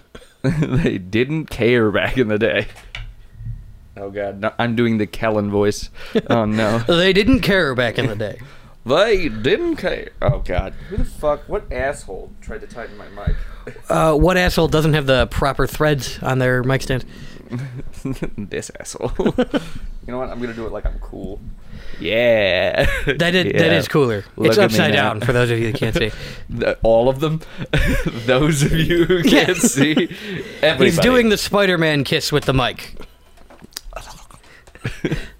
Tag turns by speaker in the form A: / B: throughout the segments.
A: they didn't care back in the day. Oh god, no, I'm doing the Kellen voice. Oh no,
B: They didn't care back in the day.
A: they didn't care. Oh god, who the fuck? What asshole tried to tighten my mic?
B: Uh, what asshole doesn't have the proper threads on their mic stand?
A: this asshole. you know what? I'm gonna do it like I'm cool. Yeah,
B: That is, that
A: Yeah.
B: is cooler.
A: Look
B: it's
A: at me
B: upside
A: now.
B: down for those of you that can't see.
A: The- all of them. Those of you who can't
B: Yeah.
A: see, everybody.
B: He's doing the Spider-Man kiss with the mic.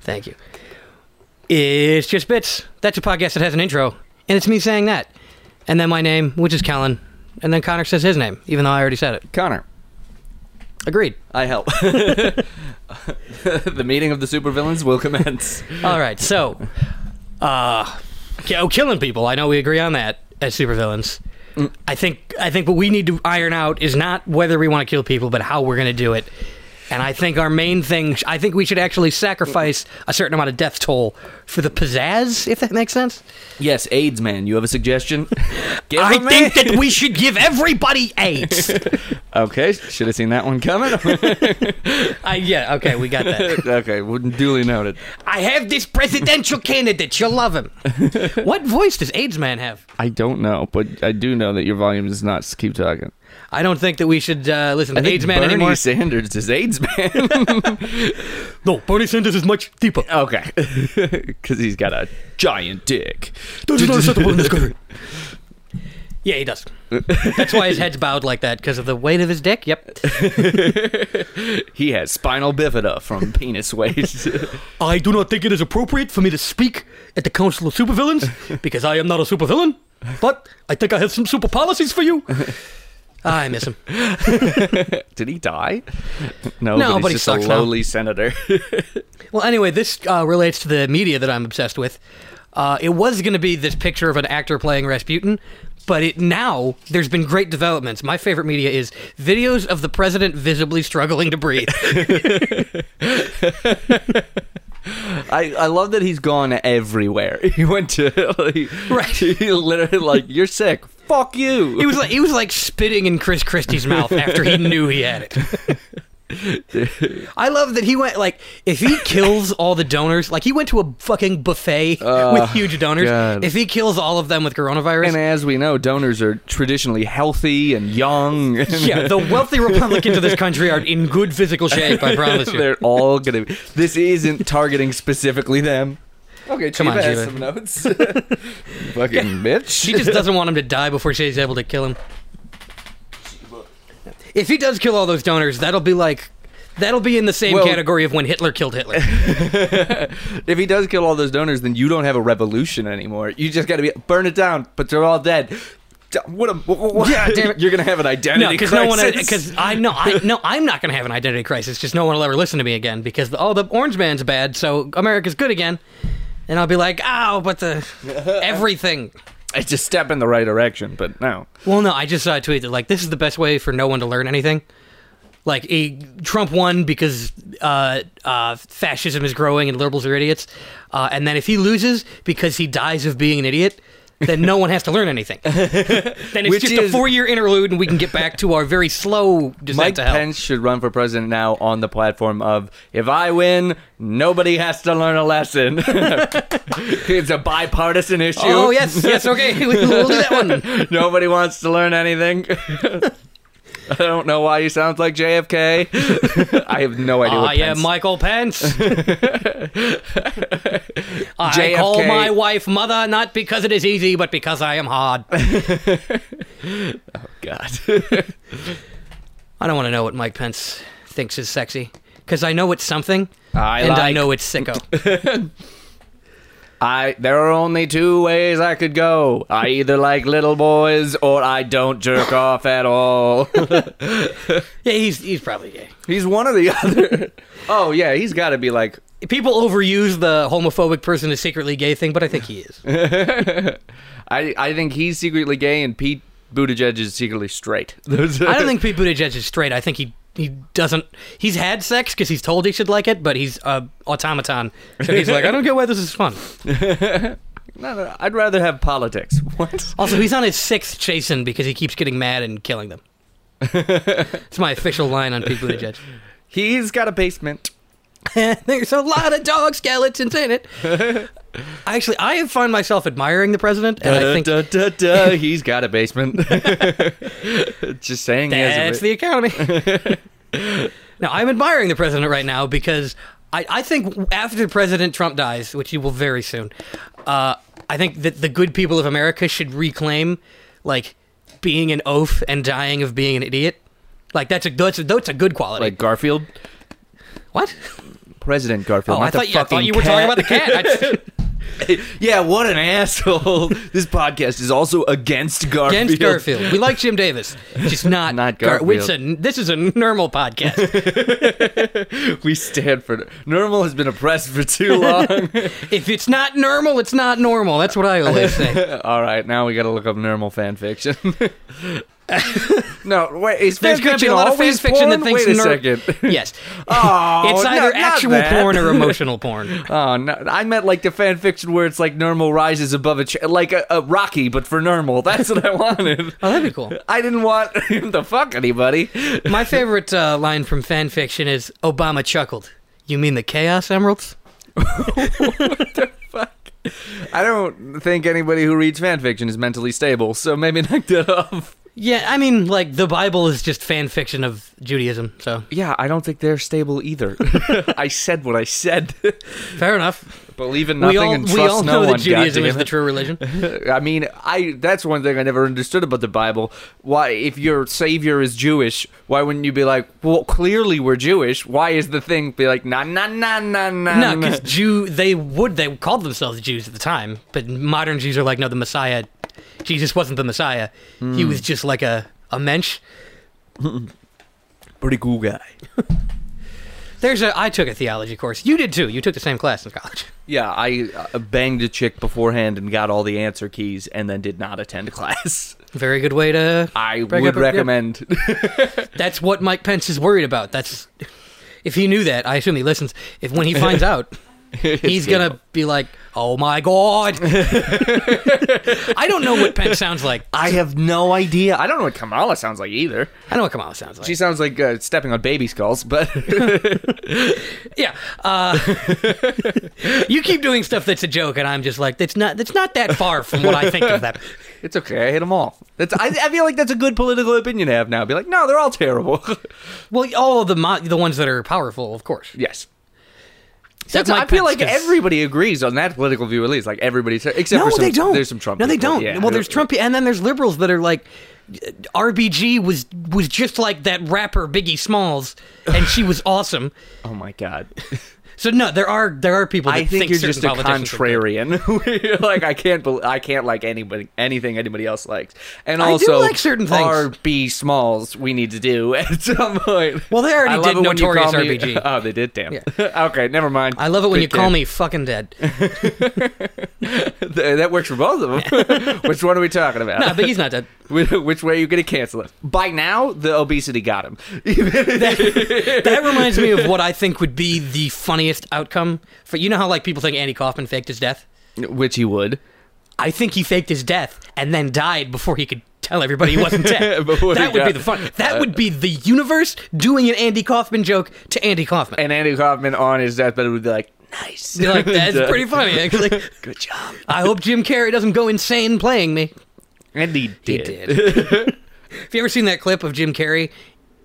B: Thank you. It's just bits. That's a podcast that has an intro, and it's me saying that, and then my name, which is Kellen, and then Connor says his name, even though I already said it.
A: Connor.
B: Agreed.
A: I help. the meeting of the supervillains will commence.
B: All right, so, uh, ki- oh, killing people. I know we agree on that as supervillains.
A: Mm.
B: I think I think what we need to iron out is not whether we want to kill people, but how we're going to do it. And I think our main thing, I think we should actually sacrifice a certain amount of death toll for the pizzazz, if that makes sense.
A: Yes, AIDS man, you have a suggestion? Give
B: I
A: him
B: think
A: AIDS.
B: that we should give everybody AIDS.
A: Okay, should have seen that one coming.
B: I, yeah, okay, we got that.
A: okay, well, duly noted.
B: I have this presidential candidate. You'll love him. What voice does AIDS man have?
A: I don't know, but I do know that your volume is not. Keep talking.
B: I don't think that we should uh, listen
A: I
B: to
A: think
B: AIDS man
A: Bernie
B: anymore.
A: Sanders is AIDS man.
B: No, Bernie Sanders is much deeper.
A: okay, because he's got a giant dick.
B: That is not acceptable in this country. Yeah, he does. That's why his head's bowed like that because of the weight of his dick. Yep.
A: He has spinal bifida from penis waste.
B: I do not think it is appropriate for me to speak at the Council of Supervillains because I am not a supervillain. But I think I have some super policies for you. Ah, I miss him.
A: Did he die? No,
B: No,
A: but he's
B: but he
A: just
B: sucks
A: a
B: now.
A: lowly senator.
B: Well, anyway, this uh, relates to the media that I'm obsessed with. Uh, it was going to be this picture of an actor playing Rasputin, but it now there's been great developments. My favorite media is videos of the president visibly struggling to breathe.
A: I, I love that he's gone everywhere. He went to like,
B: Right.
A: He literally like you're sick. Fuck you.
B: He was like he was like spitting in Chris Christie's mouth after he knew he had it. I love that he went like if he kills all the donors, like he went to a fucking buffet with huge donors.
A: God.
B: If he kills all of them with coronavirus,
A: and as we know, donors are traditionally healthy and young. and
B: yeah, the wealthy Republicans of this country are in good physical shape. I promise you.
A: They're all gonna. Be, this isn't targeting specifically them. Okay,
B: Come on,
A: Chiba has
B: Chiba.
A: some notes. Fucking bitch.
B: She just doesn't want him to die before she's able to kill him. If he does kill all those donors, that'll be like that'll be in the same
A: Well-
B: category of when Hitler killed Hitler.
A: if he does kill all those donors, then you don't have a revolution anymore. You just got to be burn it down, but they're all dead. D- What a what, what-
B: Yeah, damn it.
A: You're gonna have an identity
B: No, because no
A: crisis.
B: one. Because I know. I no. I'm not going to have an identity crisis because no one will ever listen to me again. Because the, oh, the orange man's bad, so America's good again. And I'll be like, oh, but the everything.
A: it's a step in the right direction, but no.
B: Well, no, I just saw a tweet that like this is the best way for no one to learn anything. Like a, Trump won because uh, uh, fascism is growing and liberals are idiots, uh, and then if he loses because he dies of being an idiot, then no one has to learn anything. then it's
A: Which
B: just a
A: is-
B: four-year interlude, and we can get back to our very slow descent
A: Mike
B: to hell.
A: Pence should run for president now on the platform of if I win, nobody has to learn a lesson. it's a bipartisan issue.
B: Oh yes, yes, okay, we'll do that one.
A: Nobody wants to learn anything. I don't know why he sounds like JFK. I have no idea
B: I
A: what
B: am
A: Pence
B: Ah, Michael Pence. I
A: JFK.
B: call my wife mother not because it is easy, but because I am hard.
A: God.
B: I don't want to know what Mike Pence thinks is sexy because I know it's something,
A: I
B: and I
A: like-
B: know it's sicko.
A: I there are only two ways I could go. I either like little boys or I don't jerk off at all.
B: yeah, he's he's probably gay.
A: he's one or the other. Oh yeah, he's got to be like
B: People overuse the homophobic person is secretly gay thing, but I think he is.
A: I I think he's secretly gay and Pete Buttigieg is secretly straight. Those are-
B: I don't think Pete Buttigieg is straight. I think he he doesn't. He's had sex because he's told he should like it, but he's a automaton, so he's like, I don't get why this is fun.
A: No, no, I'd rather have politics. What?
B: Also, he's on his sixth chasing because he keeps getting mad and killing them. It's my official line on people to judge.
C: He's got a basement.
B: There's a lot of dog skeletons in it. Actually, I have found myself admiring the president, and I think
C: Da, da, da, da, he's got a basement. Just saying he has a
B: That's
C: ba-
B: the economy. now I'm admiring the president right now because I, I think after President Trump dies, which he will very soon, uh, I think that the good people of America should reclaim like being an oaf and dying of being an idiot. Like that's a that's a, that's a good quality.
C: like Garfield,
B: what?
C: President Garfield.
B: Oh,
C: not
B: I thought,
C: the
B: you, I thought
C: fucking
B: you were talking about the cat.
C: yeah, what an asshole. this podcast is also against Garfield.
B: Against Garfield. We like Jim Davis. Just not
C: Not
B: Gar-
C: Garfield.
B: it's a- this is a normal podcast.
C: We stand for normal has been oppressed for too long.
B: if it's not normal, it's not normal. That's what I always say.
C: All right, now we got to look up normal fan fiction. no, wait, is fan
B: There's going to
C: fiction
B: be a lot of fan
C: always
B: fiction
C: porn?
B: that thinks
C: Wait a
B: ner-
C: second.
B: yes,
C: Oh,
B: it's
C: no,
B: either
C: not
B: actual
C: that.
B: porn or emotional porn.
C: Oh no! I meant like the fan fiction where it's like normal rises above a cha- like a, a Rocky, but for normal. That's what I wanted.
B: Oh, that'd be cool.
C: I didn't want him to fuck anybody.
B: My favorite uh, line from fan fiction is Obama chuckled. You mean the Chaos Emeralds?
C: Fuck. I don't think anybody who reads fan fiction is mentally stable, so maybe knock that off.
B: Yeah, I mean, like the Bible is just fan fiction of Judaism. So
C: Yeah, I don't think they're stable either. I said what I said.
B: fair enough.
C: Believe in nothing
B: we all
C: and trust
B: we all
C: no
B: know
C: one.
B: that Judaism is
C: goddammit.
B: the true religion.
C: I mean, I that's one thing I never understood about the Bible. Why, if your savior is Jewish, why wouldn't you be like, well, clearly we're Jewish? Why is the thing be like, nah, nah, nah, nah, nah? nah."
B: no, because Jew they would they called themselves Jews at the time, but modern Jews are like, no, the Messiah, Jesus wasn't the Messiah. He was just like a a mensch.
C: pretty cool guy.
B: There's a. I took a theology course. You did too. You took the same class in college.
C: Yeah, I uh, banged a chick beforehand and got all the answer keys, and then did not attend class.
B: Very good way to.
C: I
B: Break
C: would
B: up a- yeah.
C: recommend.
B: That's what Mike Pence is worried about. That's. If he knew that, I assume he listens. If when he finds out, he's gonna be like, "Oh my god!" I don't know what Pence sounds like.
C: I have no idea. I don't know what Kamala sounds like either.
B: I know what Kamala sounds like.
C: She sounds like uh, stepping on baby skulls, but
B: Yeah. Uh, you keep doing stuff that's a joke, and I'm just like, that's not that's not that far from what I think of them.
C: it's okay. I hate them all. That's I, I feel like that's a good political opinion to have now. Be like, no, they're all terrible.
B: Well, all of the mo- the ones that are powerful, of course.
C: yes.
B: Except
C: That's- I
B: Mike
C: feel
B: Pence,
C: like
B: 'cause-
C: everybody agrees on that political view at least. Like everybody, except
B: No,
C: for some,
B: they don't.
C: There's some Trump.
B: No, they
C: people.
B: don't.
C: Yeah.
B: Well, there's Trump, and then there's liberals that are like, RBG was was just like that rapper Biggie Smalls, and she was awesome.
C: Oh my god.
B: So no, there are there are people. That
C: I think, you're
B: certain
C: just a
B: politicians are good.
C: contrarian. You're like I can't, bel I can't like anybody, anything anybody else likes. And
B: I do
C: also,
B: like certain things.
C: RB Smalls, we need to do at some point.
B: Well, they already
C: I love
B: did
C: it when you
B: Notorious
C: call me-
B: RBG.
C: Oh, they did. Damn. okay, never mind.
B: I love it when you
C: Big
B: call
C: damn.
B: me fucking dead. No,
C: Th- that works for both of them. Which one are we talking about?
B: Biggie's not dead.
C: Wh- Which way are you going to cancel it? By now, the obesity got him.
B: That reminds me of what I think would be the funniest outcome for you know how like people think Andy Kaufman faked his death.
C: Which he would.
B: I think he faked his death and then died before he could tell everybody he wasn't dead.
C: Before he
B: that would be
C: died. Uh,
B: the fun. That would be the universe doing an Andy Kaufman joke to Andy Kaufman.
C: and Andy Kaufman on his deathbed would be like, "Nice,
B: Be like, that's pretty funny. Actually.
C: good job."
B: I hope Jim Carrey doesn't go insane playing me.
C: And he did.
B: He did. Have you ever seen that clip of Jim Carrey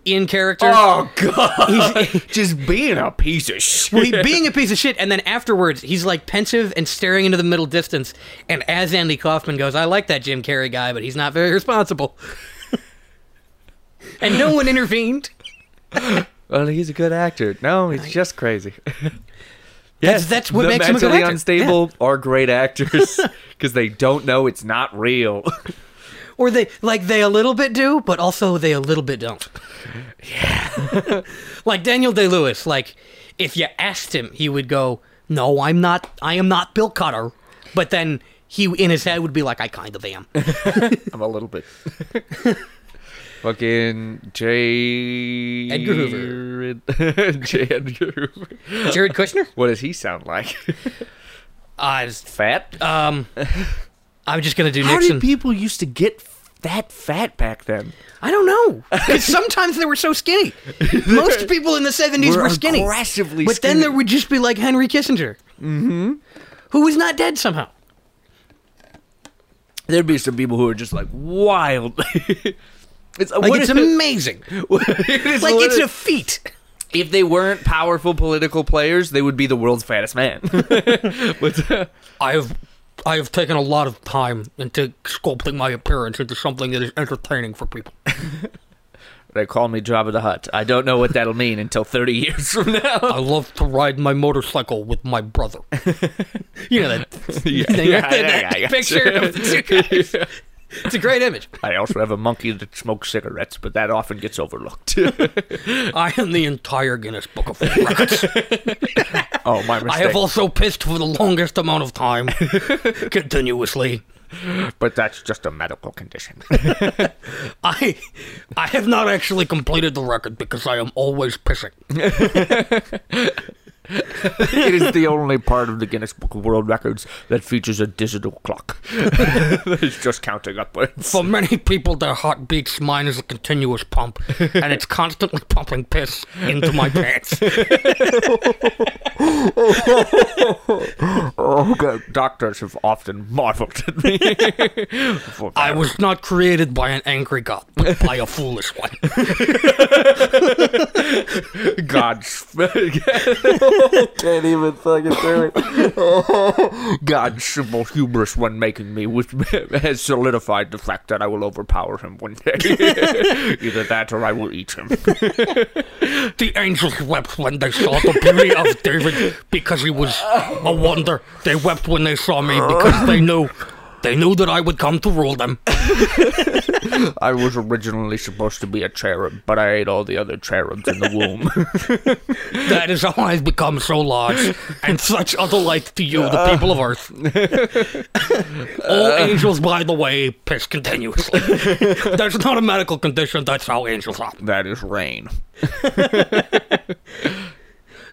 B: in character?
C: Oh god, just being a piece of shit.
B: Well, he, being a piece of shit, and then afterwards, he's like pensive and staring into the middle distance. And as Andy Kaufman goes, I like that Jim Carrey guy, but he's not very responsible. and no one intervened.
C: Well, he's a good actor. No, he's just crazy.
B: That's, that's what
C: the
B: makes him a
C: mentally
B: good actor.
C: unstable are great actors because they don't know it's not real.
B: Yeah. Or they like they a little bit do, but also they a little bit don't. Yeah. like Daniel Day Lewis, like if you asked him, he would go, "No, I'm not. I am not Bill Cutter." But then he in his head would be like, "I kind of am."
C: I'm a little bit. Fucking J.
B: Edgar
C: Hoover. J. Edgar Hoover.
B: Jared Kushner.
C: What does he sound like?
B: Uh, it's-
C: Fat?
B: Um, I'm just gonna do
C: How
B: Nixon.
C: did people used to get that fat back then?
B: I don't know. 'Cause sometimes they were so skinny. Most people in the 70s were,
C: Were
B: skinny.
C: aggressively
B: But then
C: skinny.
B: there would just be like Henry Kissinger, mm-hmm. who was not dead somehow.
C: There'd be some people who are just like wild. it's
B: Like,
C: what is-
B: it's amazing.
C: it is
B: like, it's
C: literally-
B: a feat.
C: if they weren't powerful political players, they would be the world's fattest man. But, uh,
B: I have I have taken a lot of time into sculpting my appearance into something that is entertaining for people.
C: they call me Jabba the Hutt. I don't know what that'll mean until 30 years from now.
B: I love to ride my motorcycle with my brother. you know that, thing,
C: yeah,
B: right? That-
C: yeah,
B: that
C: yeah, yeah.
B: picture of the two guys. It's a great image.
C: I also have a monkey that smokes cigarettes, but that often gets overlooked.
B: I am the entire Guinness Book of World Records.
C: oh, my
B: I
C: mistake.
B: have also pissed for the longest amount of time, continuously.
C: but that's just a medical condition.
B: I I have not actually completed the record because I am always pissing.
C: it is the only part of the Guinness Book of World Records that features a digital clock. it's just counting upwards.
B: For many people, their heart beats. Mine is a continuous pump, and it's constantly pumping piss into my pants.
C: Okay. Doctors have often marveled at me. For
B: I was not created by an angry god, but by a foolish one.
C: God's can't even fucking do it. God's simple hubris when making me with, has solidified the fact that I will overpower him one day. Either that or I will eat him.
B: The angels wept when they saw the beauty of David because he was a wonder. They wept when they saw me because they knew. They knew that I would come to rule them.
C: I was originally supposed to be a cherub, but I ate all the other cherubs in the womb.
B: That is how I've become so large and such a delight to you, the people of Earth. All angels, by the way, piss continuously. That's not a medical condition, that's how angels are.
C: that is rain.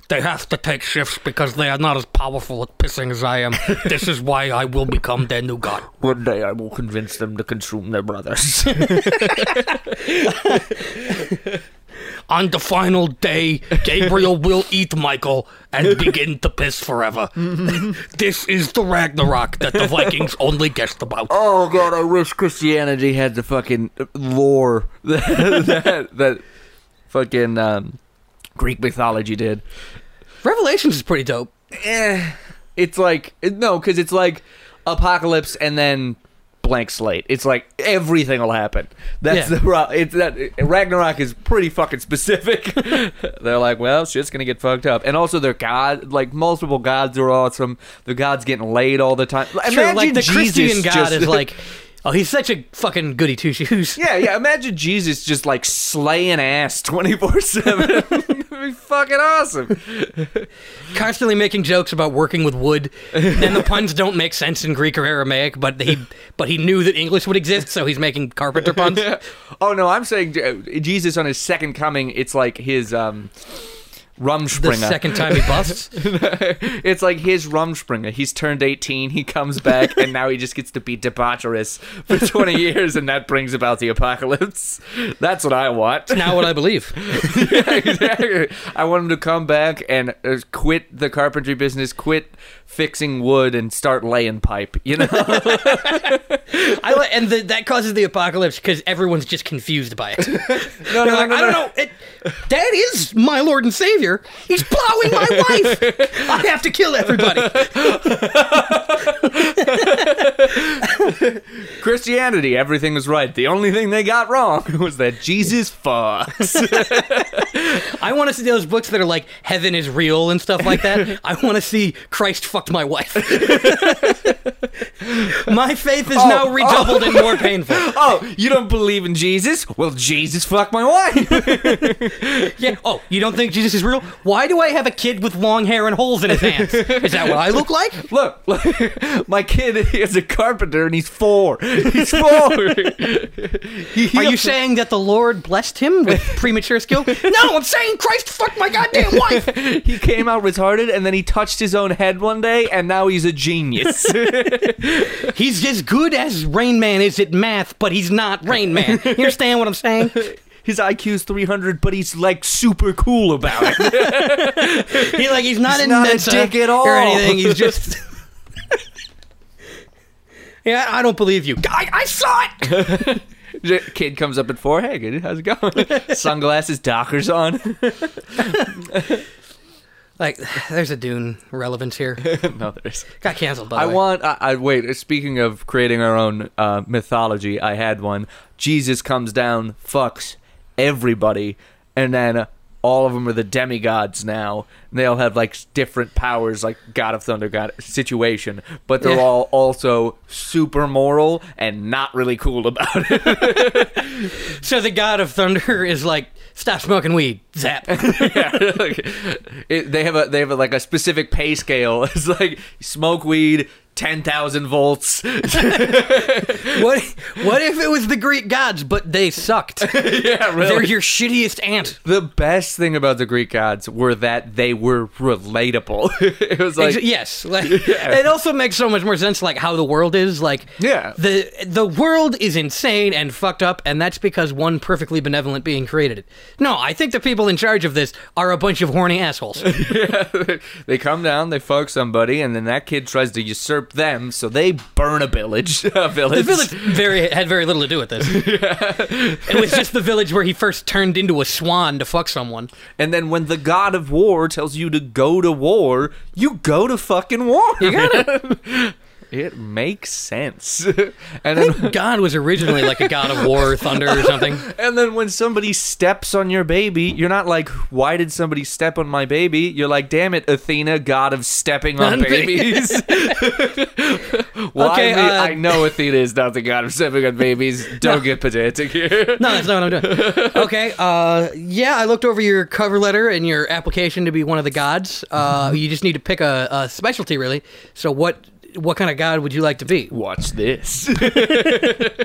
B: They have to take shifts because they are not as powerful at pissing as I am. This is why I will become their new god.
C: One day I will convince them to consume their brothers.
B: On the final day, Gabriel will eat Michael and begin to piss forever. this is the Ragnarok that the Vikings only guessed about.
C: oh god, I wish Christianity had the fucking lore that that, that fucking um, Greek mythology did.
B: Revelations is pretty dope.
C: Eh, it's like no, because it's like apocalypse and then blank slate. It's like everything will happen. That's
B: Yeah.
C: the pro- it's that Ragnarok is pretty fucking specific. They're like, well, shit's gonna get fucked up, and also their god, like multiple gods are awesome. The gods getting laid all the time.
B: Sure, like the
C: Jesus
B: Christian God
C: just-
B: is like, oh, he's such a fucking goody two shoes.
C: Yeah, yeah. Imagine Jesus just like slaying ass twenty four seven. That'd be fucking awesome.
B: Constantly making jokes about working with wood, and the puns don't make sense in Greek or Aramaic. But he, but he knew that English would exist, so he's making carpenter puns.
C: Oh no, I'm saying uh, Jesus on his second coming. It's like his um,
B: The
C: Rumspringer.
B: second time he busts,
C: it's like his Rumspringer. He's turned 18. He comes back, and now he just gets to be debaucherous for 20 years, and that brings about the apocalypse. That's what I want.
B: now what I believe.
C: Yeah, exactly. I want him to come back and uh, quit the carpentry business, quit fixing wood, and start laying pipe. You know.
B: I li- and the, that causes the apocalypse because everyone's just confused by it.
C: No,
B: They're like, I don't know. It, that is my Lord and Savior. He's plowing my wife. I have to kill everybody.
C: Christianity, everything was right. The only thing they got wrong was that Jesus fucks.
B: I want to see those books that are like heaven is real and stuff like that. I want to see Christ fucked my wife. my faith is now redoubled and more painful.
C: oh, you don't believe in Jesus? Well, Jesus fucked my wife.
B: Yeah. Oh, you don't think Jesus is real? real? Why do I have a kid with long hair and holes in his hands? Is that what I look like?
A: Look, look, my kid is a carpenter and he's four. He's four. He- he-
B: Are you saying that the Lord blessed him with premature skill? No, I'm saying Christ fucked my goddamn wife.
A: he came out retarded and then he touched his own head one day and now he's a genius.
B: He's as good as Rain Man is at math, but he's not Rain Man. You understand what I'm saying?
A: his IQ's 300, but he's like super cool about it.
B: He like he's not in
A: not a
B: Mensa
A: dick at all.
B: or anything. He's just. yeah, I don't believe you. I, I saw it.
A: J- Kid comes up at four. Hey, kid, how's it going? Sunglasses, Dockers on.
B: Like, there's a Dune relevance here.
A: no, there's.
B: Got canceled. By the
A: I
B: way.
A: want. I, I wait. Speaking of creating our own uh, mythology, I had one. Jesus comes down, fucks everybody, and then all of them are the demigods now. And they all have like different powers, like God of Thunder, God situation, but they're
B: Yeah.
A: all also super moral and not really cool about it.
B: So the God of Thunder is like, stop smoking weed. Zap.
A: Yeah, like, it, they have a they have a, like a specific pay scale. It's like smoke weed, ten thousand volts.
B: What what if it was the Greek gods, but they sucked?
A: yeah,
B: They're your shittiest aunt.
A: The best thing about the Greek gods were that they were relatable. it was like
B: Ex- yes, like it also makes so much more sense, like how the world is. Like,
A: Yeah.
B: the the world is insane and fucked up, and that's because one perfectly benevolent being created it. No, I think the people in charge of this are a bunch of horny assholes.
A: they come down, they fuck somebody, and then that kid tries to usurp them, so they burn a village. A
B: The
A: village.
B: village very had very little to do with this. It was just the village where he first turned into a swan to fuck someone.
A: And then when the god of war tells you to go to war, you go to fucking war. You gotta. it makes sense. and then
B: God was originally like a god of war, thunder, or something.
A: And then when somebody steps on your baby, you're not like, why did somebody step on my baby? You're like, damn it, Athena, god of stepping on
B: On baby-
A: babies. why
B: Okay,
A: me-
B: uh,
A: I know Athena is not the god of stepping on babies. Don't get pedantic here.
B: No, that's not what I'm doing. Okay. Uh, yeah, I looked over your cover letter and your application to be one of the gods. Uh,
A: Mm-hmm.
B: you just need to pick a, a specialty, really. So, what what kind of god would you like to be?
A: Watch this.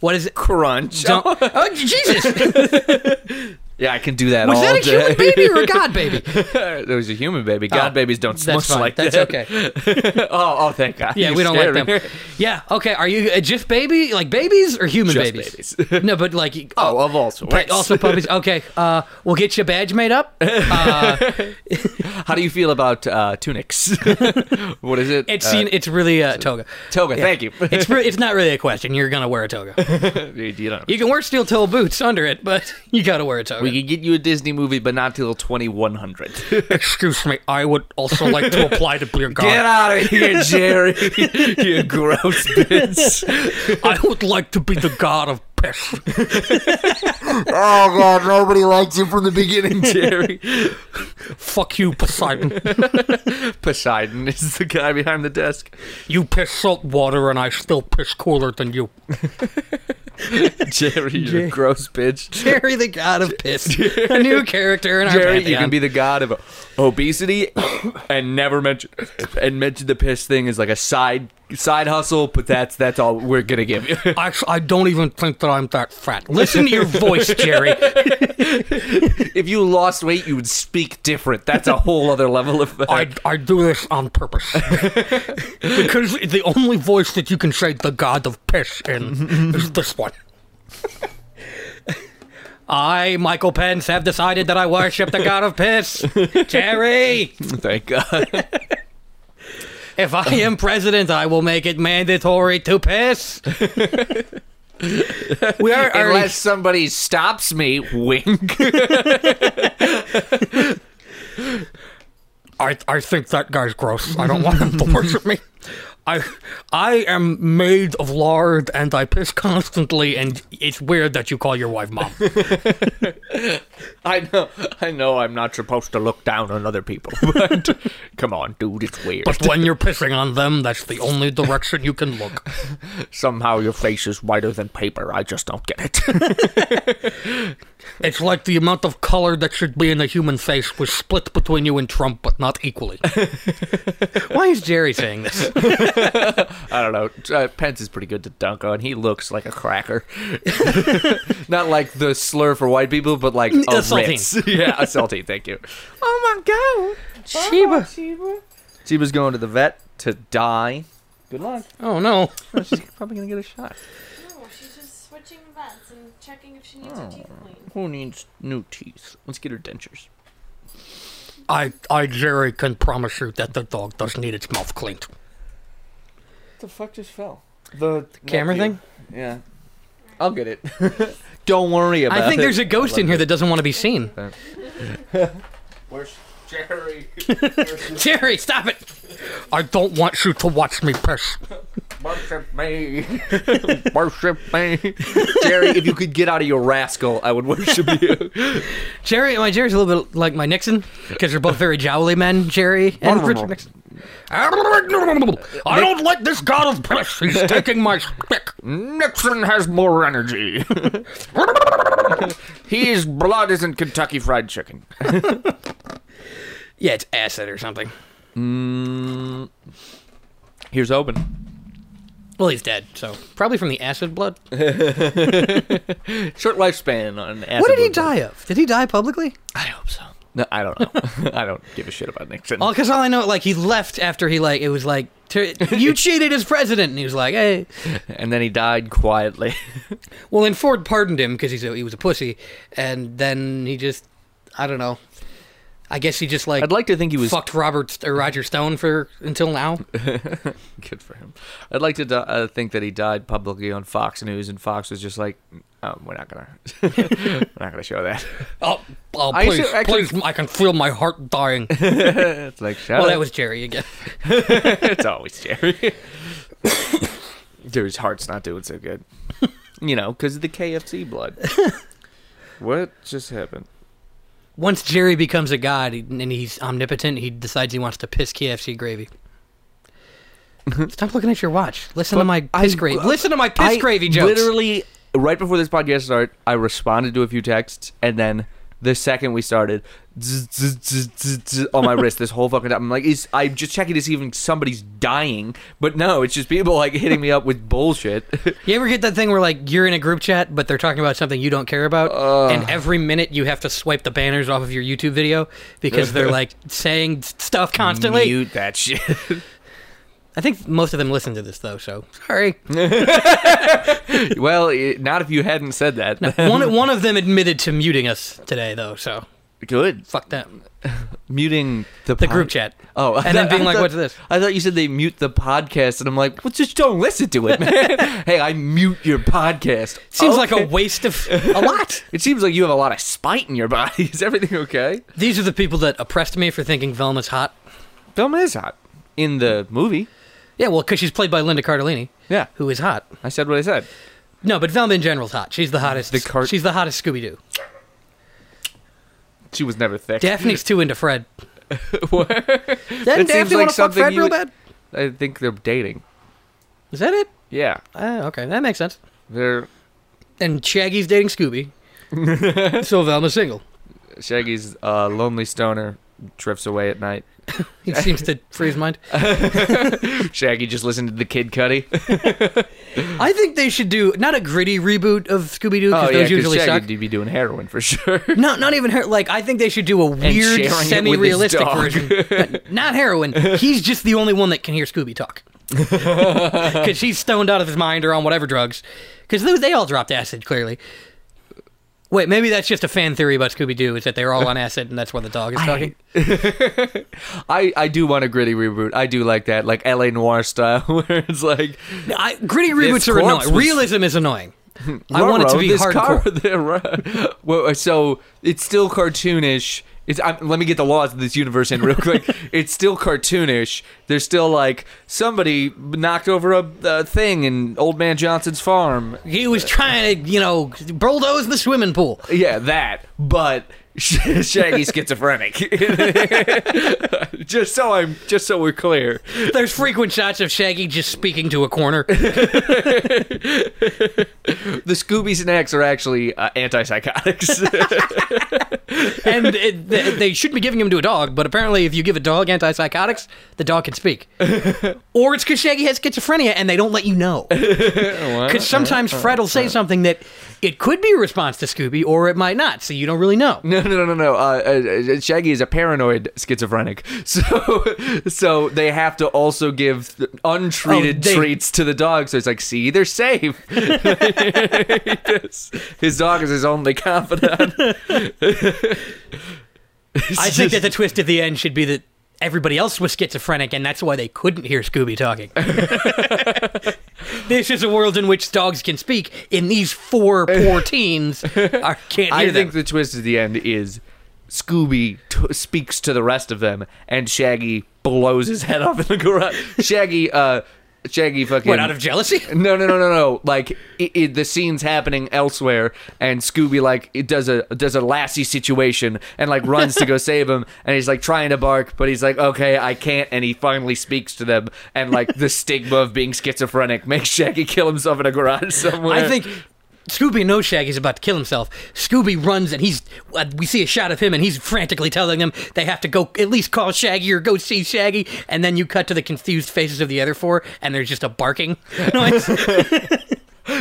B: What is it?
A: Crunch.
B: Don't, oh, Jesus! Was
A: Yeah, I can do that all
B: that a
A: day.
B: human baby or a god baby?
A: it was a human baby. God
B: Oh,
A: babies don't
B: That's
A: smush
B: fine.
A: like
B: that's
A: that.
B: okay.
A: oh, oh, thank God.
B: Yeah,
A: You
B: we don't like
A: scared
B: them.
A: me.
B: Yeah. Okay. Are you a just baby, like babies, or human
A: Just
B: babies? no, but like
A: Oh, of all sorts.
B: but also puppies. Okay. Uh, we'll get you a badge made up. Uh,
A: How do you feel about uh, tunics? what is it?
B: it's
A: Uh,
B: seen. It's really uh, toga.
A: toga. Thank you.
B: It's re- it's not really a question. You're gonna wear a toga.
A: you you don't
B: You can wear steel toe boots under it, but you gotta wear a toga.
A: We could get you a Disney movie, but not till 2100.
B: Excuse me, I would also like to apply to be a
A: Get out of here, Jerry. you gross bitch.
B: I would like to be the god of piss.
A: Oh, God. Nobody liked you from the beginning, Jerry.
B: Fuck you, Poseidon.
A: Poseidon is the guy behind the desk.
B: You piss salt water, and I still piss cooler than you.
A: Jerry, you're a gross bitch.
B: Jerry, the god of piss, a new character in our
A: Jerry, you
B: pantheon.
A: can be the god of obesity and never mention and mention the piss thing is like a side side hustle, but that's that's all we're gonna give you.
B: I, I don't even think that I'm that fat. Listen to your voice, Jerry.
A: if you lost weight, you would speak different. That's a whole other level of
B: I, I do this on purpose. because the only voice that you can say the god of piss in is this one. I, Michael Pence, have decided that I worship the god of piss. Jerry,
A: thank God.
B: if I am president, I will make it mandatory to piss. we are already-
A: Unless somebody stops me, wink.
B: I, I think that guy's gross. I don't want him to worship me. I I am made of lard and I piss constantly and it's weird that you call your wife mom.
A: I know, I know, I'm not supposed to look down on other people, but come on, dude, it's weird.
B: But when you're pissing on them, that's the only direction you can look.
A: Somehow your face is whiter than paper. I just don't get it.
B: It's like the amount of color that should be in a human face was split between you and Trump, but not equally. Why is Jerry saying this?
A: I don't know. Uh, Pence is pretty good to dunk on. He looks like a cracker, not like the slur for white people, but like Mm, a
B: A saltine.
A: Ritz. Yeah, a saltine. Thank you. Oh my god,
B: Sheba.
A: Sheba. Sheba's going to the vet to die. Good luck.
B: Oh no.
A: Oh, She's probably gonna get a shot.
D: No, she's just switching vets and checking if she needs
B: Oh.
D: her teeth cleaned.
A: Who needs new teeth? Let's get her dentures.
B: I, I, Jerry, can promise you that the dog does need its mouth cleaned.
A: What the fuck just fell? The,
B: Camera thing?
A: Yeah. I'll get it. Don't worry about it.
B: I think there's a ghost in here that doesn't want to be seen.
A: Where's Jerry?
B: Jerry, stop it! I don't want you to watch me piss.
A: Worship me. worship me. Jerry, if you could get out of your rascal, I would worship you.
B: Jerry, my Jerry's a little bit like my Nixon because they're both very jowly men. Jerry and Richard Nixon. I don't like this god of piss. He's taking my stick.
A: Nixon has more energy. His blood isn't Kentucky Fried Chicken.
B: Yeah, it's acid or something.
A: Here's open.
B: Well, he's dead, so probably from the acid blood.
A: Short lifespan on an
B: What did he die of? Did he die publicly?
A: I hope so. No, I don't know. I don't give a shit about Nixon.
B: Well, because all I know, like he left after he like it was like ter- you cheated as president, and he was like, hey.
A: And then he died quietly.
B: Well, and Ford pardoned him because he's a, he was a pussy, and then he just, I don't know. I guess he just like
A: I'd like to think he was
B: fucked Robert St- or Roger Stone for until now.
A: good for him. I'd like to di- uh, think that he died publicly on Fox News, and Fox was just like, oh, "We're not gonna, we're not gonna show that."
B: Oh, oh
A: I
B: please,
A: should actually-
B: please, I can feel my heart dying.
A: It's like, shut
B: well,
A: up.
B: that was Jerry again.
A: it's always Jerry. Dude, his heart's not doing so good. You know, because of the KFC blood. what just happened?
B: Once Jerry becomes a god and he's omnipotent, he decides he wants to piss KFC gravy. Stop looking at your watch. Listen to my piss gravy. Listen to my piss
A: I
B: gravy jokes.
A: Literally, right before this podcast started, I responded to a few texts, and then the second we started, zzz, zzz, zzz, zzz, zzz, on my wrist, this whole fucking time, I'm like, is I'm just checking to see if somebody's dying, but no, it's just people like hitting me up with bullshit.
B: You ever get that thing where like you're in a group chat, but they're talking about something you don't care about,
A: Uh.
B: and every minute you have to swipe the banners off of your YouTube video because they're like saying s- stuff constantly.
A: Mute that shit.
B: I think most of them listen to this though, so sorry.
A: well, i- not if you hadn't said that.
B: one one of them admitted to muting us today though, so
A: Good.
B: fuck them.
A: Muting the
B: The
A: pod-
B: group chat.
A: Oh,
B: and then
A: I
B: being like,
A: thought-
B: "What's this?"
A: I thought you said they mute the podcast, and I'm like, well, just don't listen to it, man. hey, I mute your podcast.
B: Seems like a
A: Okay.
B: waste of a lot.
A: It seems like you have a lot of spite in your body. Is everything okay?
B: These are the people that oppressed me for thinking Velma's hot.
A: Velma is hot in the movie.
B: Yeah, well, because she's played by Linda Cardellini,
A: Yeah,
B: who is hot.
A: I said what I said.
B: No, but Velma in general's hot. She's the hottest.
A: The cart-
B: she's the hottest Scooby Doo.
A: She was never thick.
B: Daphne's too into Fred. Doesn't
A: That seems
B: Daphne
A: like
B: want to fuck
A: something
B: Fred
A: you
B: real
A: would-
B: bad?
A: I think they're dating.
B: Is that it?
A: Yeah,
B: Uh, okay, that makes sense.
A: they're
B: And Shaggy's dating Scooby, so Velma's single.
A: Shaggy's uh, lonely stoner drifts away at night.
B: He seems to free his mind.
A: Shaggy just listened to the Kid Cudi.
B: I think they should do not a gritty reboot of Scooby Doo because
A: Oh yeah,
B: those
A: 'cause
B: usually suck.
A: Shaggy'd be doing heroin for sure.
B: No, not even her. Like I think they should do a
A: sharing it
B: weird,
A: with his
B: semi-realistic
A: dog.
B: version. Not- Not heroin. He's just the only one that can hear Scooby talk because she's stoned out of his mind or on whatever drugs. Because they, they all dropped acid, clearly. Wait, maybe that's just a fan theory about Scooby Doo is that they're all on acid and that's why the dog is talking.
A: I, I do want a gritty reboot. I do like that, like LA Noir style, where it's like
B: I, gritty reboots are
A: corpse
B: annoying.
A: was-
B: Realism is annoying. I want it to
A: "Ruh-roh,
B: be
A: this
B: hardcore.
A: uh, car- the- well, so it's still cartoonish It's, I'm, let me get the laws of this universe in real quick. it's still cartoonish. There's still like somebody knocked over a, a thing in Old Man Johnson's farm.
B: He was trying to, you know, bulldoze the swimming pool.
A: Yeah, that. But Sh- Shaggy's schizophrenic. just so I'm, just so we're clear.
B: There's frequent shots of Shaggy just speaking to a corner.
A: The Scooby snacks are actually uh, antipsychotics.
B: and it, they, they shouldn't be giving them to a dog, but apparently, if you give a dog antipsychotics, the dog can speak. or it's because Shaggy has schizophrenia and they don't let you know. Because sometimes Fred will say something that it could be a response to Scooby or it might not, so you don't really know.
A: No, no, no, no, no. Uh, uh, Shaggy is a paranoid schizophrenic, so so they have to also give untreated
B: Oh, they-
A: treats to the dog. So it's like, see, they're safe. his dog is his only confidant.
B: I think that the twist at the end should be that everybody else was schizophrenic and that's why they couldn't hear Scooby talking. this is a world in which dogs can speak, and these four poor teens are, can't hear
A: I think
B: them.
A: the twist at the end is Scooby t- speaks to the rest of them, and Shaggy blows his head off in the garage. Shaggy, uh, Shaggy, fucking
B: What, out of jealousy?
A: No, no, no, no, no. Like it, it, the scene's happening elsewhere, and Scooby like it does a does a lassie situation and like runs to go save him, and he's like trying to bark, but he's like, okay, I can't, and he finally speaks to them, and like the stigma of being schizophrenic makes Shaggy kill himself in a garage somewhere.
B: I think Scooby knows Shaggy's about to kill himself. Scooby runs and he's. uh, We see a shot of him and he's frantically telling them they have to go at least call Shaggy or go see Shaggy. And then you cut to the confused faces of the other four and there's just a barking noise.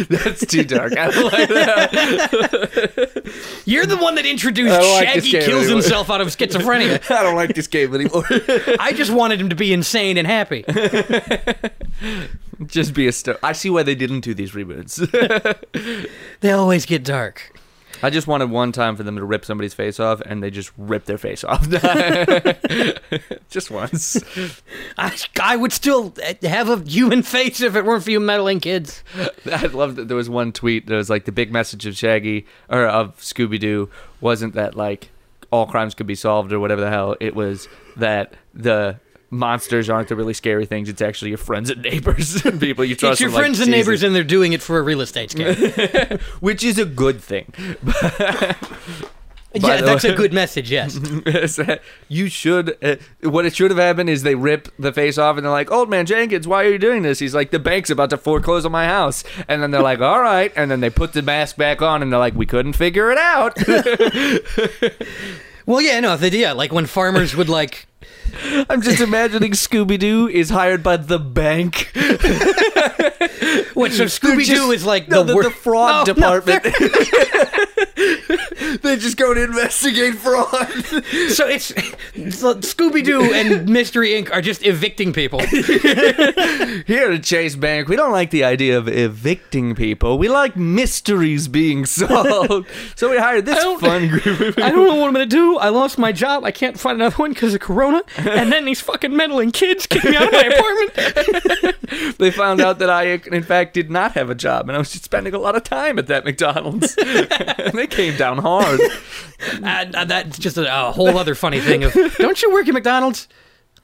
A: that's too dark. I don't like that.
B: You're the one that introduced
A: I don't like this
B: Shaggy
A: game
B: kills
A: anymore.
B: himself out of schizophrenia.
A: I don't like this game anymore.
B: I just wanted him to be insane and happy.
A: Just be a sto- I see why they didn't do these reboots.
B: They always get dark.
A: I just wanted one time for them to rip somebody's face off, and they just rip their face off. just once.
B: I, I would still uh, have a human face if it weren't for you meddling kids.
A: I love that there was one tweet that was like the big message of Shaggy or of Scooby Doo wasn't that like all crimes could be solved or whatever the hell. It was that the monsters aren't the really scary things. It's actually your friends and neighbors and people you trust.
B: it's your
A: and, like,
B: friends and
A: Jesus.
B: neighbors, and they're doing it for a real estate scam.
A: which is a good thing. By
B: yeah,
A: the
B: that's
A: way-
B: a good message. Yes.
A: Is that you should. Uh, what it should have happened is they rip the face off and they're like, "Old man Jenkins, why are you doing this?" He's like, "The bank's about to foreclose on my house," and then they're like, "All right," and then they put the mask back on and they're like, "We couldn't figure it out."
B: Well, yeah, no, the, yeah, like when farmers would like.
A: I'm just imagining Scooby Doo is hired by the bank.
B: What? So Scooby Doo is like
A: no,
B: the,
A: the,
B: wor-
A: the fraud
B: No, no,
A: department. they just go to investigate fraud.
B: they're- so it's so Scooby Doo and Mystery Inc. are just evicting people.
A: Here at Chase Bank, we don't like the idea of evicting people. We like mysteries being solved. so we hired this
B: don't-
A: fun group of
B: I don't know what I'm gonna do. I lost my job. I can't find another one because of Corona. And then these fucking meddling kids kick me out of my apartment.
A: They found out that I, in fact, did not have a job, and I was just spending a lot of time at that McDonald's. and they came down hard.
B: uh, uh, that's just a, a whole other funny thing. Of don't you work at McDonald's?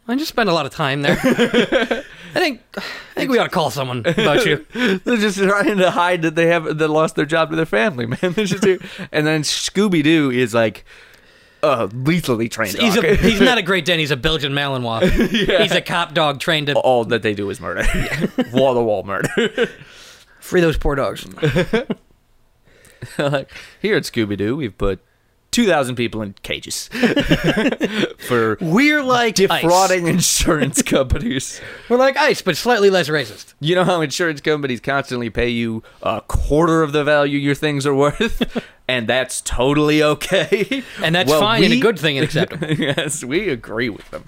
B: I just spend a lot of time there. I think I think we ought to call someone about you.
A: They're just trying to hide that they have they lost their job to their family, man. They're just here. And then Scooby Doo is like uh, lethally trained.
B: He's,
A: dog.
B: a, he's not a great den. He's a Belgian Malinois. He's a cop dog trained to
A: all that they do is murder, wall to wall murder.
B: free those poor dogs.
A: like here at Scooby Doo, we've put two thousand people in cages for
B: We're like
A: defrauding insurance companies.
B: Ice. We're like ice, but slightly less racist.
A: You know how insurance companies constantly pay you a quarter of the value your things are worth, and that's totally okay.
B: And that's
A: Well,
B: fine and a
A: we-
B: good thing and acceptable.
A: yes, we agree with them.